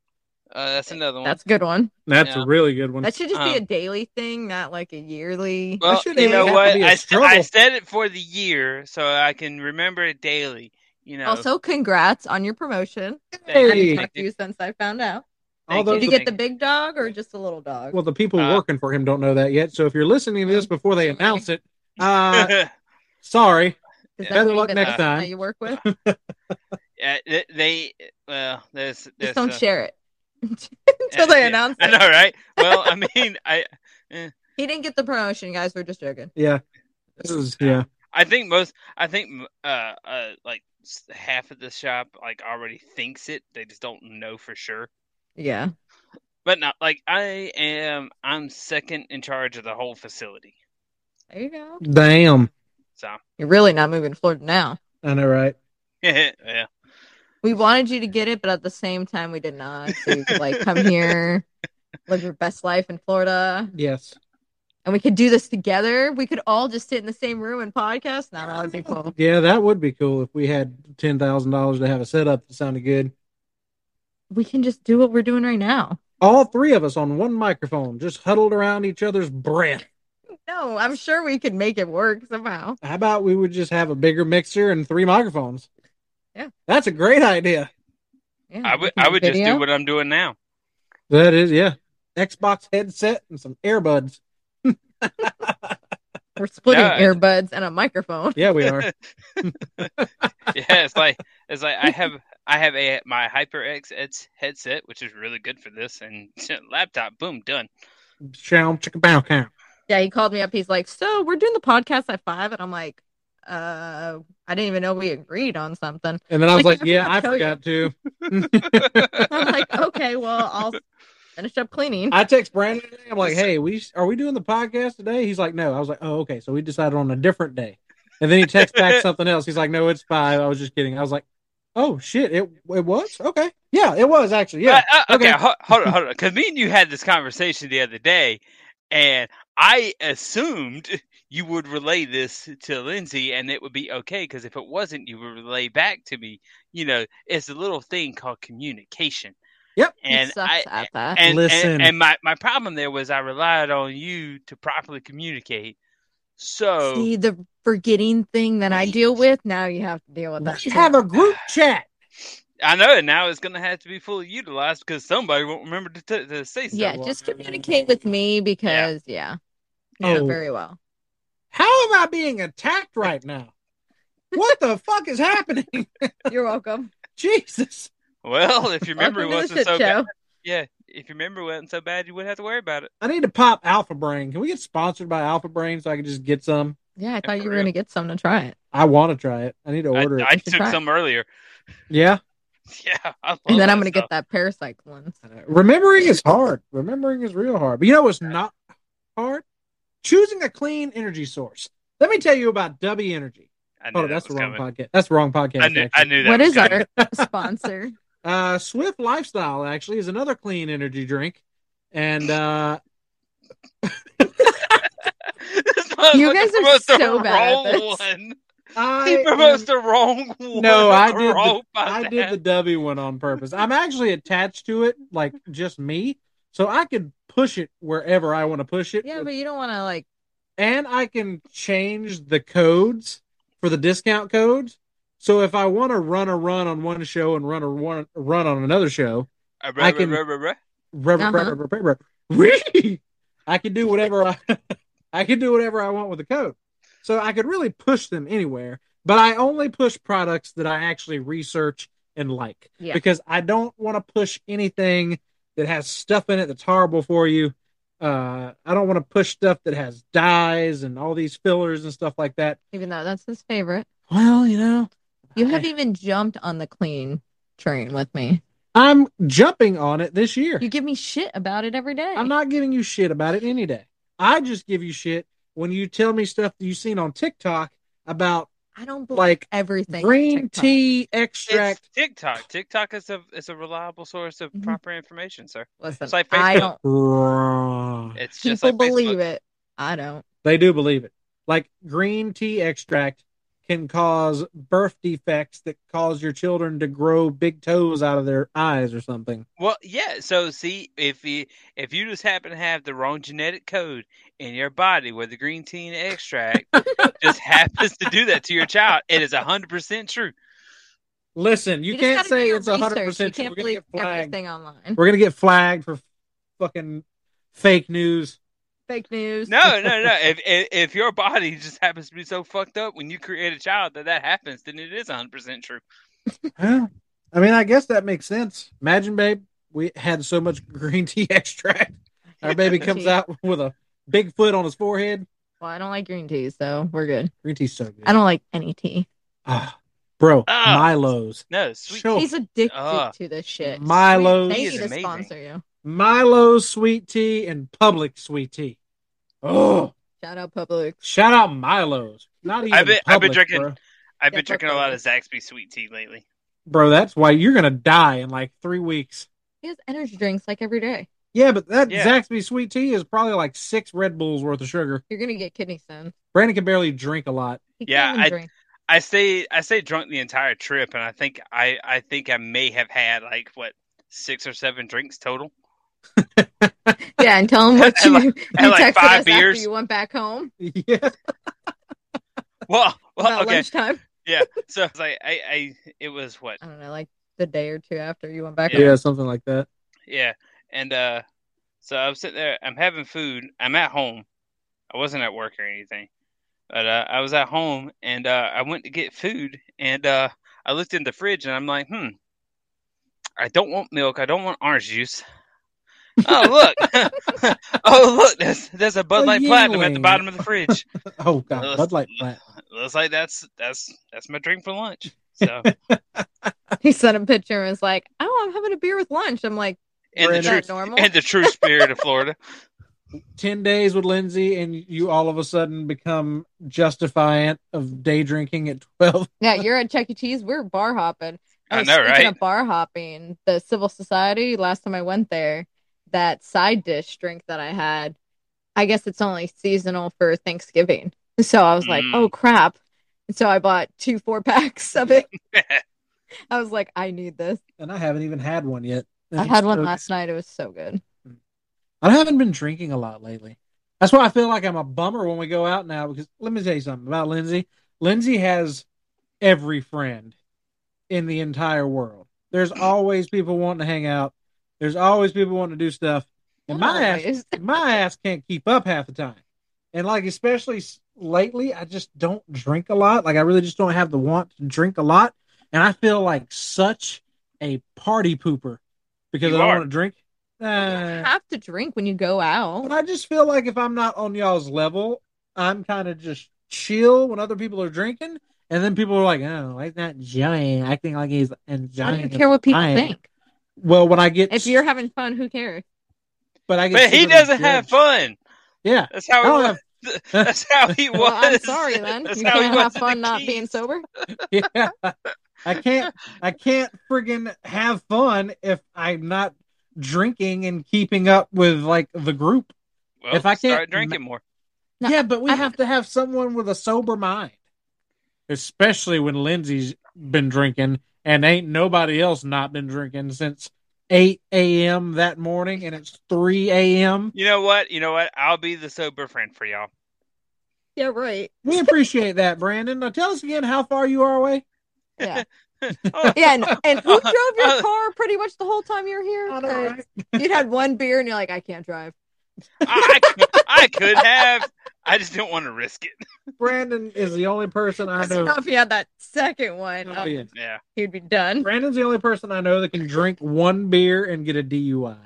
Speaker 3: Uh, that's another one.
Speaker 2: that's a good one.
Speaker 1: That's
Speaker 3: Yeah.
Speaker 1: a really good one.
Speaker 2: That should just be a
Speaker 3: Um,
Speaker 2: daily thing, not like a yearly.
Speaker 3: well,
Speaker 1: shouldn't
Speaker 3: you
Speaker 1: even
Speaker 3: know
Speaker 1: have to
Speaker 3: what?
Speaker 1: be a
Speaker 3: I, s- I
Speaker 1: struggle.
Speaker 3: said it for the year, so I can remember it daily. You know.
Speaker 2: Also, congrats on your promotion.
Speaker 3: Thank
Speaker 2: I
Speaker 1: Hey.
Speaker 2: haven't
Speaker 3: thank
Speaker 2: talked to you since I found out.
Speaker 1: All
Speaker 3: thank
Speaker 1: those
Speaker 2: Did you
Speaker 3: Those
Speaker 2: get the
Speaker 3: things.
Speaker 2: big dog or just a little dog?
Speaker 1: well, the people
Speaker 3: Uh,
Speaker 1: working for him don't know that yet. So if you're listening to this before they announce it, uh, sorry.
Speaker 2: Is
Speaker 1: better
Speaker 2: who
Speaker 1: luck
Speaker 2: the
Speaker 1: next
Speaker 2: person that
Speaker 1: time.
Speaker 2: You work with.
Speaker 3: Yeah, th- they well, there's
Speaker 2: Just
Speaker 3: there's
Speaker 2: don't
Speaker 3: uh,
Speaker 2: share it until they
Speaker 3: yeah.
Speaker 2: announce
Speaker 3: I
Speaker 2: it.
Speaker 3: know, right? Well, I mean, I
Speaker 2: He didn't get the promotion, guys. We're just joking.
Speaker 1: Yeah. This is yeah.
Speaker 3: I think most I think uh uh like s- half of the shop like already thinks it. They just don't know for sure.
Speaker 2: Yeah.
Speaker 3: But not like I am I'm second in charge of the whole facility.
Speaker 2: There you go.
Speaker 1: Damn.
Speaker 3: So
Speaker 2: You're really not moving to Florida now.
Speaker 1: I know, right?
Speaker 3: yeah.
Speaker 2: We wanted you to get it, but at the same time, we did not. So you could like come here, live your best life in Florida,
Speaker 1: Yes.
Speaker 2: and we could do this together. We could all just sit in the same room and podcast. Not that would be cool.
Speaker 1: Yeah, that would be cool if we had ten thousand dollars to have a setup that sounded good.
Speaker 2: We can just do what we're doing right now.
Speaker 1: All three of us on one microphone, just huddled around each other's breath.
Speaker 2: No, I'm sure we could make it work somehow.
Speaker 1: How about we would just have a bigger mixer and three microphones?
Speaker 2: Yeah.
Speaker 1: That's a great idea.
Speaker 2: Yeah,
Speaker 3: I
Speaker 2: we
Speaker 3: would
Speaker 2: can
Speaker 3: I would just
Speaker 2: video.
Speaker 3: do what I'm doing now.
Speaker 1: That is, yeah. Xbox headset and some earbuds.
Speaker 2: We're splitting
Speaker 3: Yeah.
Speaker 2: earbuds and a microphone.
Speaker 1: Yeah, we are.
Speaker 3: yeah, it's like it's like I have I have a my HyperX heads- headset, which is really good for this, and laptop. Boom, done.
Speaker 1: Chow chicka bow cow.
Speaker 2: Yeah, he called me up. He's like, "So we're doing the podcast at five. and I'm like, "Uh, I didn't even know we agreed on something."
Speaker 1: And then I was
Speaker 2: Like,
Speaker 1: like,
Speaker 2: I
Speaker 1: yeah, I forgot
Speaker 2: forgot
Speaker 1: to.
Speaker 2: I'm like, "Okay, well, I'll finish up cleaning."
Speaker 1: I text Brandon today. I'm like, hey, we are we doing the podcast today? He's like, no. I was like, oh, okay. So we decided on a different day. And then he texts back something else. He's like, no, it's five. I was just kidding. I was like, oh shit, it it was okay. Yeah, it was actually. Yeah,
Speaker 3: Uh, uh, okay,
Speaker 1: okay.
Speaker 3: ho- hold on, hold on. Because me and you had this conversation the other day, and I assumed you would relay this to Lindsay, and it would be okay. Because if it wasn't, you would relay back to me. You know, it's a little thing called communication.
Speaker 1: Yep.
Speaker 2: He
Speaker 3: And
Speaker 2: sucks
Speaker 3: I,
Speaker 2: at that.
Speaker 3: and,
Speaker 1: Listen.
Speaker 3: and, and my, my problem there was I relied on you to properly communicate. So
Speaker 2: See the forgetting thing that I deal with. Now you have to deal with that.
Speaker 1: we
Speaker 2: shit.
Speaker 1: have a group chat.
Speaker 3: I know it now it's going to have to be fully utilized because somebody won't remember to, t- to say so.
Speaker 2: yeah,
Speaker 1: well.
Speaker 2: just communicate with me because yeah, you know
Speaker 1: Oh.
Speaker 2: very well.
Speaker 1: How am I being attacked right now? What the fuck is happening?
Speaker 2: You're welcome.
Speaker 1: Jesus.
Speaker 3: Well, if your memory
Speaker 2: Welcome to
Speaker 3: wasn't
Speaker 2: the shit
Speaker 3: so bad,
Speaker 2: show.
Speaker 3: yeah, if your memory wasn't so bad, you wouldn't have to worry about it.
Speaker 1: I need to pop Alpha Brain. Can we get sponsored by Alpha Brain so I can just get some?
Speaker 2: Yeah, I
Speaker 3: for
Speaker 2: thought you were
Speaker 3: real.
Speaker 2: gonna get some to try it,
Speaker 1: I want to try it. I need to
Speaker 3: I,
Speaker 1: order
Speaker 3: I
Speaker 1: it.
Speaker 2: should
Speaker 3: took
Speaker 2: try it.
Speaker 3: some earlier.
Speaker 1: Yeah.
Speaker 3: Yeah, I love
Speaker 2: and then I'm
Speaker 3: that
Speaker 2: gonna
Speaker 3: stuff.
Speaker 2: get that paracyclone.
Speaker 1: Remembering is hard. Remembering is real hard. But you know what's not hard? Choosing a clean energy source. Let me tell you about W Energy.
Speaker 3: I knew
Speaker 1: Oh,
Speaker 3: that
Speaker 1: that's the
Speaker 3: was
Speaker 1: wrong
Speaker 3: coming.
Speaker 1: podcast. That's the wrong podcast.
Speaker 3: I knew, I
Speaker 1: actually.
Speaker 3: knew that.
Speaker 2: What
Speaker 3: was
Speaker 2: is
Speaker 3: coming.
Speaker 2: our sponsor?
Speaker 1: Uh, Swift Lifestyle actually is another clean energy drink, and uh,
Speaker 3: This motherfucker
Speaker 2: You guys are
Speaker 3: promotes the
Speaker 2: so bad at
Speaker 3: wrong
Speaker 2: this.
Speaker 3: one. He promotes
Speaker 1: I
Speaker 3: the wrong one.
Speaker 1: No, I
Speaker 3: on
Speaker 1: did the-
Speaker 3: Raw by
Speaker 1: I
Speaker 3: that.
Speaker 1: did the W one on purpose. I'm actually attached to it, like just me, so I could push it wherever I want to push it.
Speaker 2: Yeah, but you don't want to like.
Speaker 1: and I can change the codes for the discount codes. So if I want to run a run on one show and run a run, run on another show,
Speaker 3: Uh,
Speaker 1: I can-
Speaker 3: ruh, ruh, ruh,
Speaker 1: rub- rub-
Speaker 2: Uh-huh.
Speaker 1: rub- rub- rub- I can do whatever I, I can do whatever I want with the code. So I could really push them anywhere, but I only push products that I actually research and like
Speaker 2: Yeah.
Speaker 1: because I don't want to push anything that has stuff in it that's horrible for you. Uh, I don't want to push stuff that has dyes and all these fillers and stuff like that.
Speaker 2: Even though that's his favorite,
Speaker 1: Well, you know,
Speaker 2: you
Speaker 1: I-
Speaker 2: have e- even jumped on the clean train with me.
Speaker 1: I'm jumping on it this year.
Speaker 2: You give me shit about it every day.
Speaker 1: I'm not giving you shit about it any day. I just give you shit when you tell me stuff that you've seen on TikTok about
Speaker 2: I don't believe
Speaker 1: like
Speaker 2: everything. on
Speaker 1: green
Speaker 2: TikTok.
Speaker 1: tea
Speaker 3: It's
Speaker 1: extract.
Speaker 3: TikTok. TikTok is a is a reliable source of
Speaker 2: Mhm.
Speaker 3: proper information, sir.
Speaker 2: Listen,
Speaker 3: It's like
Speaker 2: I
Speaker 3: Facebook.
Speaker 2: don't.
Speaker 1: Bruh.
Speaker 3: It's just like
Speaker 2: People believe
Speaker 3: believe
Speaker 2: it. I don't.
Speaker 1: They do believe it. Like green tea extract can cause birth defects that cause your children to grow big toes out of their eyes or something.
Speaker 3: Well, yeah. So see, if you if you just happen to have the wrong genetic code in your body, where the green tea and extract just happens to do that to your child, it is hundred percent true.
Speaker 1: Listen, you,
Speaker 2: just
Speaker 1: can't
Speaker 2: gotta
Speaker 1: say
Speaker 2: do your
Speaker 1: it's hundred
Speaker 2: research. You
Speaker 1: percent. We're gonna
Speaker 2: can't believe
Speaker 1: get flagged.
Speaker 2: everything online.
Speaker 1: We're gonna get flagged for fucking fake news.
Speaker 2: Fake news.
Speaker 3: No, no, no. If, if if your body just happens to be so fucked up when you create a child that that happens, then it is hundred percent true.
Speaker 1: Well, I mean, I guess that makes sense. Imagine, babe, we had so much green tea extract. Our baby comes
Speaker 2: tea.
Speaker 1: out with a big foot on his forehead.
Speaker 2: Well, I don't like green tea, so we're good.
Speaker 1: Green tea's so good.
Speaker 2: I don't like any tea.
Speaker 1: Ah, bro,
Speaker 3: Ah.
Speaker 1: Milo's.
Speaker 3: No, sweet.
Speaker 1: Sure.
Speaker 2: He's addicted
Speaker 3: Ah.
Speaker 2: to this shit.
Speaker 1: Milo's.
Speaker 2: They
Speaker 3: is
Speaker 2: need to
Speaker 3: amazing.
Speaker 2: sponsor you.
Speaker 1: Milo's sweet tea and Publix sweet tea. Oh,
Speaker 2: Shout out Publix.
Speaker 1: shout out Milo's. Not even
Speaker 3: been- I've been
Speaker 1: Publix,
Speaker 3: drinking-
Speaker 1: bro.
Speaker 3: I've
Speaker 2: Yeah,
Speaker 3: been
Speaker 2: fuck
Speaker 3: drinking a lot
Speaker 2: that.
Speaker 3: of Zaxby sweet tea lately.
Speaker 1: Bro, that's why you're gonna die in like three weeks.
Speaker 2: He has energy drinks like every day.
Speaker 1: Yeah, but that
Speaker 3: Yeah.
Speaker 1: Zaxby sweet tea is probably like six Red Bulls worth of sugar.
Speaker 2: You're gonna get kidney stones.
Speaker 1: Brandon can barely drink a lot.
Speaker 2: He
Speaker 3: Yeah,
Speaker 2: can't even
Speaker 3: I-
Speaker 2: drink.
Speaker 3: I stay I stayed drunk the entire trip, and I think I I think I may have had like what six or seven drinks total.
Speaker 2: Yeah, and tell him what
Speaker 3: Had
Speaker 2: you,
Speaker 3: like-
Speaker 2: you
Speaker 3: had like
Speaker 2: texted
Speaker 3: five
Speaker 2: us
Speaker 3: beers.
Speaker 2: after you went back home
Speaker 1: Yeah.
Speaker 3: Well, well,
Speaker 2: about
Speaker 3: okay,
Speaker 2: lunchtime.
Speaker 3: yeah. So it's like I I it was what
Speaker 2: I don't know, like the day or two after you went back
Speaker 1: yeah.
Speaker 3: Yeah.
Speaker 2: home.
Speaker 1: something like that.
Speaker 3: yeah, and uh, so I'm sitting there. I'm having food. I'm at home. I wasn't at work or anything, but uh, I was at home, and uh, I went to get food, and uh, I looked in the fridge, and I'm like, hmm, I don't want milk. I don't want orange juice. Oh look! oh look! There's there's a Bud
Speaker 1: A
Speaker 3: Light Platinum at the
Speaker 1: Yuengling.
Speaker 3: bottom of the fridge.
Speaker 1: Oh god,
Speaker 3: Ugh.
Speaker 1: Bud Light Plant.
Speaker 3: looks like that's that's that's my drink for lunch. So
Speaker 2: He sent a picture and was like, "Oh, I'm having a beer with lunch." I'm like,
Speaker 3: in
Speaker 1: Brandon-
Speaker 3: the
Speaker 2: "Is that
Speaker 3: truth
Speaker 2: normal?"
Speaker 3: in the true spirit of Florida.
Speaker 1: Ten days with Lindsay, and you all of a sudden become justifiant of day drinking at twelve.
Speaker 2: yeah, you're at Chuck E. Cheese. We're bar hopping.
Speaker 3: I
Speaker 2: Oh,
Speaker 3: know,
Speaker 2: speaking
Speaker 3: right?
Speaker 2: Of bar hopping, the Civil Society. Last time I went there, that side dish drink that I had, I guess it's only seasonal for Thanksgiving. So I was like,
Speaker 3: Mm.
Speaker 2: "Oh crap!" And so I bought two four packs of it. I was like, "I need this."
Speaker 1: And I haven't even had one yet.
Speaker 2: I had one
Speaker 1: So-
Speaker 2: last night. It was so good.
Speaker 1: I haven't been drinking a lot lately. That's why I feel like I'm a bummer when we go out now. Because let me tell you something about Lindsay. Lindsay has every friend in the entire world. There's always people wanting to hang out. There's always people wanting to do stuff. And
Speaker 2: Not
Speaker 1: my ass,
Speaker 2: always.
Speaker 1: my ass can't keep up half the time. And like especially s- lately, I just don't drink a lot. Like I really just don't have the want to drink a lot. And I feel like such a party pooper because
Speaker 3: You
Speaker 1: I don't
Speaker 3: are. Oh,
Speaker 1: want to drink.
Speaker 2: you don't
Speaker 1: Uh,
Speaker 2: have to drink when you go out.
Speaker 1: but I just feel like if I'm not on y'all's level, I'm kind of just chill when other people are drinking, and then people are like, "Oh, he's not enjoying, acting like he's
Speaker 2: I
Speaker 1: enjoying."
Speaker 2: don't
Speaker 1: his
Speaker 2: care what people
Speaker 1: time."
Speaker 2: think.
Speaker 1: Well, when I get,
Speaker 2: If you're having fun, who cares?
Speaker 1: but I get,
Speaker 3: But he
Speaker 1: secretly
Speaker 3: doesn't have
Speaker 1: judged.
Speaker 3: Oh, fun.
Speaker 1: Yeah,
Speaker 3: That's how
Speaker 1: I
Speaker 3: it
Speaker 1: don't
Speaker 3: was.
Speaker 1: have.
Speaker 3: That's how he was.
Speaker 2: Well, I'm sorry then.
Speaker 3: That's
Speaker 2: you
Speaker 3: how he
Speaker 2: can't
Speaker 3: was
Speaker 2: have
Speaker 3: at
Speaker 2: fun
Speaker 3: the
Speaker 2: not
Speaker 3: Keys.
Speaker 2: being sober.
Speaker 1: Yeah, I can't. I can't friggin' have fun if I'm not drinking and keeping up with like the group.
Speaker 3: Well,
Speaker 1: If I can't-
Speaker 3: start drinking more,
Speaker 2: No,
Speaker 1: yeah, but we
Speaker 2: I-
Speaker 1: have to have someone with a sober mind, especially when Lindsay's been drinking and ain't nobody else not been drinking since eight a.m. that morning, and it's three a.m.
Speaker 3: you know what? You know what? I'll be the sober friend for y'all.
Speaker 2: Yeah, right.
Speaker 1: We appreciate that, Brandon. Now tell us again how far you are away.
Speaker 2: Yeah.
Speaker 3: Oh,
Speaker 2: Yeah, and, and who drove your
Speaker 3: Uh,
Speaker 2: car pretty much the whole time you were here?
Speaker 1: I don't
Speaker 2: Uh,
Speaker 1: know.
Speaker 2: You'd had one beer and you're like, I can't drive.
Speaker 3: I, I could- I could have. I just don't want to risk it.
Speaker 1: Brandon is the only person I
Speaker 2: So
Speaker 1: know.
Speaker 2: if you had that second one,
Speaker 1: Oh,
Speaker 2: oh,
Speaker 1: yeah.
Speaker 3: Yeah.
Speaker 2: he'd be done.
Speaker 1: Brandon's the only person I know that can drink one beer and get a DUI.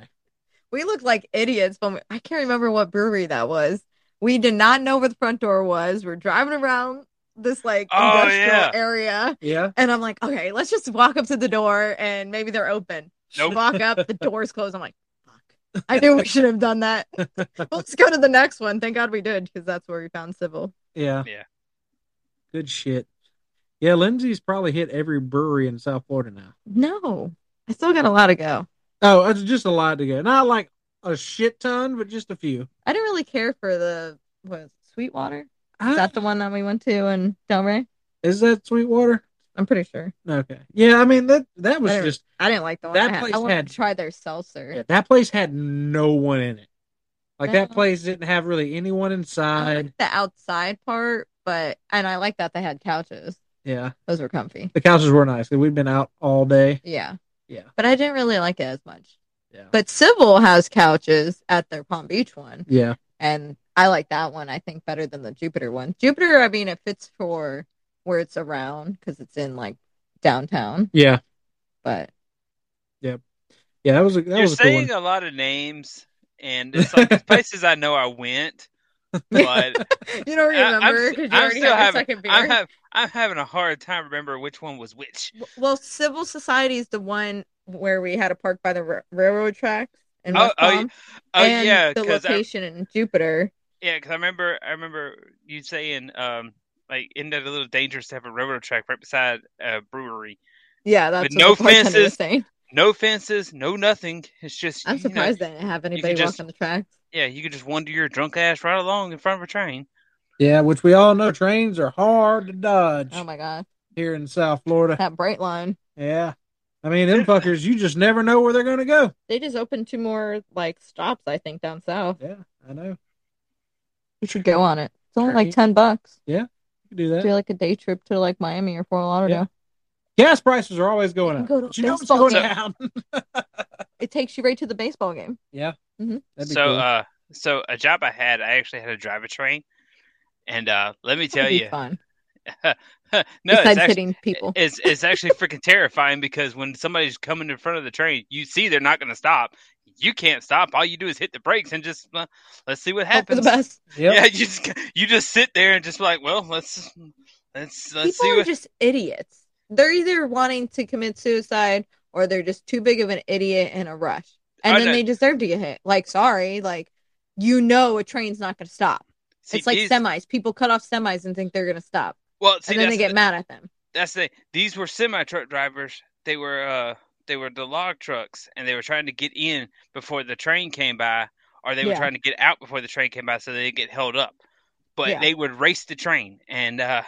Speaker 2: We looked like idiots when we, I can't remember what brewery that was. We did not know where the front door was. We're driving around this like
Speaker 3: Oh,
Speaker 2: industrial
Speaker 3: yeah.
Speaker 2: area.
Speaker 1: Yeah,
Speaker 2: And I'm like, okay, let's just walk up to the door and maybe they're open.
Speaker 3: Nope.
Speaker 2: Walk up, the door's closed. I'm like, fuck. I knew we should have done that. But let's go to the next one. Thank God we did because that's where we found Sybil.
Speaker 1: yeah,
Speaker 3: Yeah.
Speaker 1: Good shit. Yeah, Lindsay's probably hit every brewery in South Florida now.
Speaker 2: No, I still got a lot to go.
Speaker 1: Oh, it's just a lot to go. Not like a shit ton, but just a few.
Speaker 2: I didn't really care for the what is it, Sweetwater.
Speaker 1: I-
Speaker 2: Is that the one that we went to in Delray?
Speaker 1: is that Sweetwater?
Speaker 2: I'm pretty sure.
Speaker 1: Okay. Yeah, I mean that that was
Speaker 2: I don't-
Speaker 1: just
Speaker 2: I didn't like the one
Speaker 1: That
Speaker 2: I had.
Speaker 1: place
Speaker 2: I wanted
Speaker 1: had-
Speaker 2: to try their seltzer.
Speaker 1: yeah, that place had no one in it. Like that
Speaker 2: No.
Speaker 1: place didn't have really anyone
Speaker 2: I
Speaker 1: inside.
Speaker 2: liked the outside part, but and I like that they had couches.
Speaker 1: Yeah,
Speaker 2: Those were comfy.
Speaker 1: the couches were nice. We've been out all day.
Speaker 2: Yeah.
Speaker 1: Yeah.
Speaker 2: But I didn't really like it as much.
Speaker 1: Yeah.
Speaker 2: But Sybil has couches at their Palm Beach one.
Speaker 1: Yeah,
Speaker 2: And I like that one, I think, better than the Jupiter one. Jupiter, I mean, it fits for where it's around because it's in like downtown.
Speaker 1: yeah,
Speaker 2: But
Speaker 1: yeah. That was a, that
Speaker 3: You're
Speaker 1: was a cool
Speaker 3: saying
Speaker 1: one.
Speaker 3: a lot of names, and it's like it's places I know I went, but
Speaker 2: you don't
Speaker 3: I- I'm
Speaker 2: remember
Speaker 3: s-
Speaker 2: because you
Speaker 3: I'm
Speaker 2: already
Speaker 3: still
Speaker 2: had your
Speaker 3: having-
Speaker 2: second beer.
Speaker 3: I'm, hav- I'm having a hard time remembering which one was which.
Speaker 2: W- well, Civil Society is the one where we had a park by the ra- railroad tracks. In
Speaker 3: Oh,
Speaker 2: West
Speaker 3: oh,
Speaker 2: Palm,
Speaker 3: Oh
Speaker 2: and
Speaker 3: yeah,
Speaker 2: the
Speaker 3: because I,
Speaker 2: location in Jupiter.
Speaker 3: yeah, 'cause I remember I remember you saying um like isn't that a little dangerous to have a railroad track right beside a brewery?
Speaker 2: Yeah, that's
Speaker 3: With
Speaker 2: what
Speaker 3: no
Speaker 2: the bartender
Speaker 3: fences.
Speaker 2: was saying.
Speaker 3: No fences, no nothing. It's just
Speaker 2: I'm
Speaker 3: you know,
Speaker 2: surprised they didn't have anybody walk
Speaker 3: just-
Speaker 2: on the tracks.
Speaker 3: yeah, you could just wander your drunk ass right along in front of a train.
Speaker 1: Yeah, which we all know trains are hard to dodge
Speaker 2: Oh my god,
Speaker 1: here in South Florida.
Speaker 2: that bright line.
Speaker 1: Yeah. I mean, them fuckers, you just never know where they're going to go.
Speaker 2: They just opened two more like stops, I think, down south.
Speaker 1: Yeah, I know. You
Speaker 2: You should go on it. It's only like
Speaker 1: Turkey.
Speaker 2: ten bucks.
Speaker 1: can do that.
Speaker 2: Do like a day trip to like Miami or Fort Lauderdale.
Speaker 1: Gas prices are always going up.
Speaker 2: Go to
Speaker 1: But you know what's
Speaker 2: baseball
Speaker 1: going down.
Speaker 2: It takes you right to the baseball game.
Speaker 1: yeah.
Speaker 2: Mhm.
Speaker 1: That'd be
Speaker 3: so
Speaker 1: cool.
Speaker 3: uh so a job I had, I actually had to drive a train. And uh let me tell
Speaker 2: That'd be
Speaker 3: you.
Speaker 2: fun.
Speaker 3: no,
Speaker 2: Besides
Speaker 3: it's actually,
Speaker 2: hitting people.
Speaker 3: it's it's actually freaking terrifying because when somebody's coming in front of the train, you see they're not going to stop. You can't stop. All you do is hit the brakes and just uh, let's see what
Speaker 2: Hope for
Speaker 3: happens.
Speaker 2: the best.
Speaker 1: yep.
Speaker 3: Yeah, you just you just sit there and just like, well, let's let's let's
Speaker 2: people
Speaker 3: see
Speaker 2: are
Speaker 3: what.
Speaker 2: just idiots. They're either wanting to commit suicide or they're just too big of an idiot in a rush. And
Speaker 3: I
Speaker 2: then
Speaker 3: know.
Speaker 2: they deserve to get hit. Like, sorry, like you know a train's not gonna stop.
Speaker 3: see,
Speaker 2: it's like
Speaker 3: these-
Speaker 2: semis. People cut off semis and think they're gonna stop.
Speaker 3: Well, see,
Speaker 2: and then
Speaker 3: that's
Speaker 2: they get
Speaker 3: the-
Speaker 2: mad at them.
Speaker 3: that's the these were semi truck drivers. They were uh they were the log trucks and they were trying to get in before the train came by or they were
Speaker 2: Yeah.
Speaker 3: trying to get out before the train came by so they didn't get held up. But
Speaker 2: Yeah.
Speaker 3: they would race the train and uh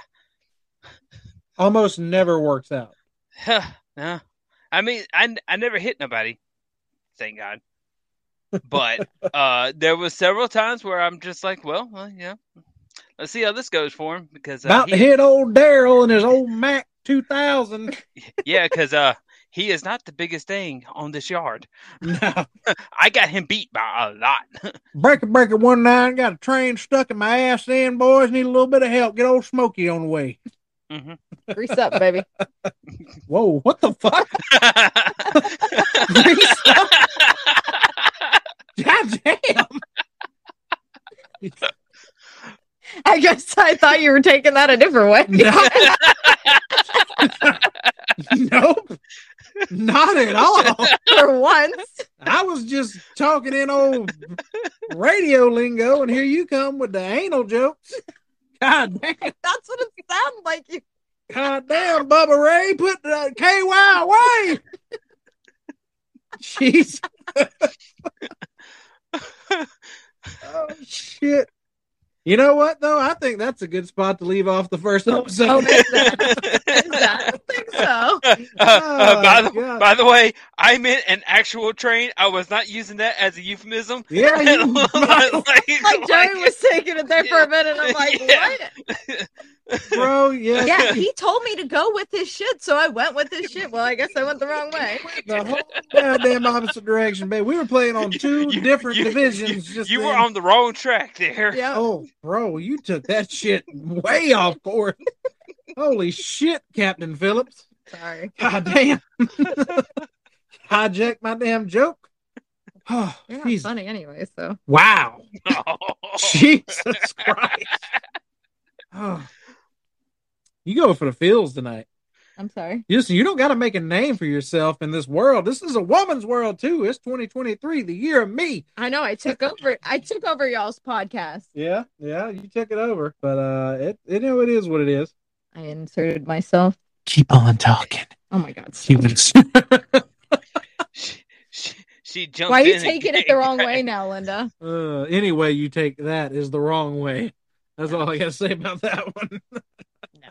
Speaker 1: Almost never works out.
Speaker 3: no. I mean I I never hit nobody. Thank God. But uh there was several times where I'm just like, well, well, yeah. Let's see how this goes for him because uh,
Speaker 1: About
Speaker 3: he-
Speaker 1: to hit old Daryl and his old Mac 2000.
Speaker 3: yeah, because uh, he is not the biggest thing on this yard.
Speaker 1: no.
Speaker 3: I got him beat by a lot.
Speaker 1: Breaker Breaker 19 got a train stuck in my ass in, boys. Need a little bit of help. Get old Smokey on the way.
Speaker 2: Grease up, baby.
Speaker 1: Whoa, what the fuck?
Speaker 3: Mm-hmm.
Speaker 1: God damn.
Speaker 2: I guess I thought you were taking that a different way.
Speaker 1: Nope. nope. Not at all.
Speaker 2: For once.
Speaker 1: I was just talking in old radio lingo, and here you come with the anal jokes. God damn,
Speaker 2: That's what it sounds like. You
Speaker 1: God damn, Bubba Ray, put the KY away. Jeez. oh, shit. You know what, though? I think that's a good spot to leave off the first episode.
Speaker 2: Oh, man. I don't think so.
Speaker 3: Uh, uh, by, the,
Speaker 1: Oh, God.
Speaker 3: by the way, I meant an actual train. I was not using that as a euphemism.
Speaker 1: yeah, you
Speaker 3: Like-
Speaker 2: Like Joey
Speaker 3: like-
Speaker 2: was taking it there for a minute. I'm like,
Speaker 3: Yeah.
Speaker 2: what?
Speaker 1: bro. Yeah,
Speaker 2: yeah, he told me to go with his shit, so I went with his shit. Well, I guess I went the wrong way.
Speaker 1: the whole goddamn opposite direction, babe. We were playing on two
Speaker 3: You-
Speaker 1: different
Speaker 3: you-
Speaker 1: divisions.
Speaker 3: You,
Speaker 1: just
Speaker 3: you were
Speaker 1: then.
Speaker 3: on the wrong track there.
Speaker 2: Yeah.
Speaker 1: Oh, bro, you took that shit way off course. Holy shit, Captain Phillips!
Speaker 2: Sorry.
Speaker 1: God damn, hijacked my damn joke. Oh,
Speaker 2: You're not
Speaker 1: Jesus.
Speaker 2: funny anyway, so
Speaker 1: wow,
Speaker 3: Oh.
Speaker 1: Jesus Christ! Oh. You go for the fields tonight.
Speaker 2: I'm sorry.
Speaker 1: Listen, you don't got to make a name for yourself in this world. This is a woman's world too. It's 2023, the year of me.
Speaker 2: I know I took over I took over y'all's podcast.
Speaker 1: Yeah, yeah, you took it over, but uh, it you know it is what it is.
Speaker 2: I inserted myself.
Speaker 1: Keep on talking,
Speaker 2: Oh my god. stop.
Speaker 1: humans.
Speaker 3: she, she, she jumped
Speaker 2: Why are you
Speaker 3: in and
Speaker 2: taking it
Speaker 3: got-
Speaker 2: the wrong way now, Linda?
Speaker 1: uh, any way you take that is the wrong way. That's all I gotta say about that one.
Speaker 2: No.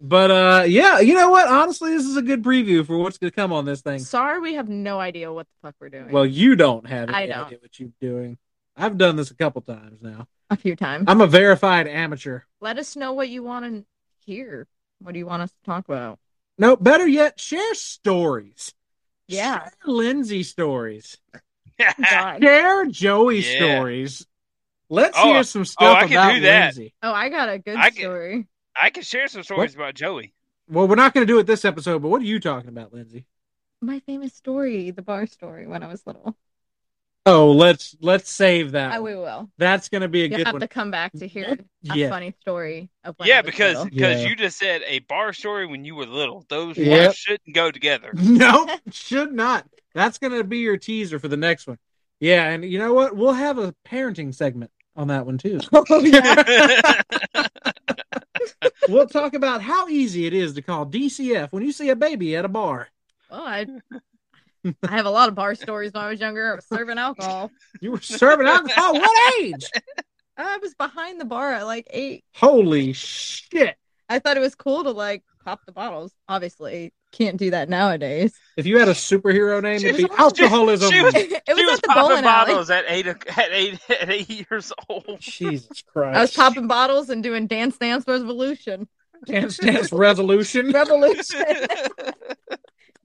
Speaker 1: But uh, yeah, you know what? Honestly, this is a good preview for what's gonna come on this thing.
Speaker 2: Sorry, we have no idea what the fuck we're doing.
Speaker 1: Well, you don't have any
Speaker 2: I don't.
Speaker 1: idea what you're doing. I've done this a couple times now.
Speaker 2: a few times.
Speaker 1: I'm a verified amateur.
Speaker 2: Let us know what you want to hear. What do you want us to talk about?
Speaker 1: No, better yet, share stories.
Speaker 2: Yeah.
Speaker 1: share Lindsay stories. Ah.
Speaker 2: God.
Speaker 1: share Joey
Speaker 3: Yeah.
Speaker 1: stories. Let's
Speaker 3: Oh,
Speaker 1: hear some stuff
Speaker 3: I
Speaker 1: about
Speaker 3: can do that.
Speaker 1: Lindsay.
Speaker 2: Oh, I got a good
Speaker 3: I get-
Speaker 2: story.
Speaker 3: I can share some stories about Joey.
Speaker 1: Well, we're not going to do it this episode, but what are you talking about, Lindsay?
Speaker 2: My famous story, the bar story when I was little.
Speaker 1: Oh, let's let's save that.
Speaker 2: I
Speaker 1: one.
Speaker 2: we will.
Speaker 1: That's going to be a
Speaker 2: You'll
Speaker 1: good
Speaker 2: have
Speaker 1: one.
Speaker 2: to come back to hear a
Speaker 1: Yeah.
Speaker 2: funny story of when I
Speaker 3: yeah,
Speaker 2: was
Speaker 3: because
Speaker 2: little.
Speaker 3: because
Speaker 1: Yeah.
Speaker 3: you just said a bar story when you were little. Those
Speaker 1: Yep.
Speaker 3: words shouldn't go together.
Speaker 1: Nope, should not. That's going to be your teaser for the next one. Yeah, and you know what? We'll have a parenting segment on that one too.
Speaker 2: Oh, yeah.
Speaker 1: we'll talk about how easy it is to call DCF when you see a baby at a bar.
Speaker 2: Oh, I, I have a lot of bar stories when I was younger. I was serving alcohol.
Speaker 1: You were serving alcohol. What age?
Speaker 2: I was behind the bar at like eight.
Speaker 1: Holy shit.
Speaker 2: I thought it was cool to like pop the bottles. Obviously, can't do that nowadays.
Speaker 1: If you had a superhero name,
Speaker 3: She
Speaker 1: it'd be
Speaker 2: was-
Speaker 1: alcoholism.
Speaker 3: she was-
Speaker 2: it was
Speaker 3: she was
Speaker 2: at the
Speaker 3: popping
Speaker 2: bowling alley.
Speaker 3: bottles at eight, o- at eight at eight years old.
Speaker 1: Jesus Christ.
Speaker 2: I was popping bottles and doing Dance Dance Revolution.
Speaker 1: Dance Dance Revolution.
Speaker 2: Revolution.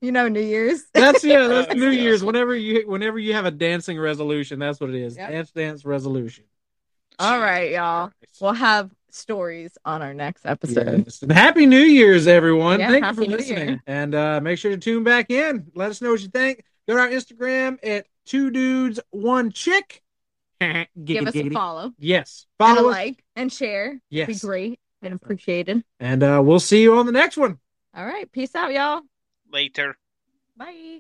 Speaker 2: you know, New Year's.
Speaker 1: That's yeah. That's
Speaker 3: Oh,
Speaker 1: New
Speaker 3: yeah.
Speaker 1: Year's. Whenever you whenever you have a dancing resolution, that's what it is.
Speaker 2: Yep.
Speaker 1: Dance Dance Resolution.
Speaker 2: All right, y'all.
Speaker 1: Christ.
Speaker 2: We'll have stories on our next episode.
Speaker 1: Yes. And Happy New Year's, everyone.
Speaker 2: Yeah,
Speaker 1: Thank you
Speaker 2: Happy
Speaker 1: for
Speaker 2: New
Speaker 1: listening.
Speaker 2: Year.
Speaker 1: And uh, make sure to tune back in. Let us know what you think. Go to our Instagram at two dudes, one chick. Giggity,
Speaker 2: Give us a
Speaker 1: giggity.
Speaker 2: follow,
Speaker 1: Yes.
Speaker 2: and a
Speaker 1: Follow us.
Speaker 2: like, and share. Be
Speaker 1: Yes.
Speaker 2: great and appreciated.
Speaker 1: And uh, we'll see you on the next one.
Speaker 2: All right. Peace out, y'all.
Speaker 3: Later.
Speaker 2: Bye.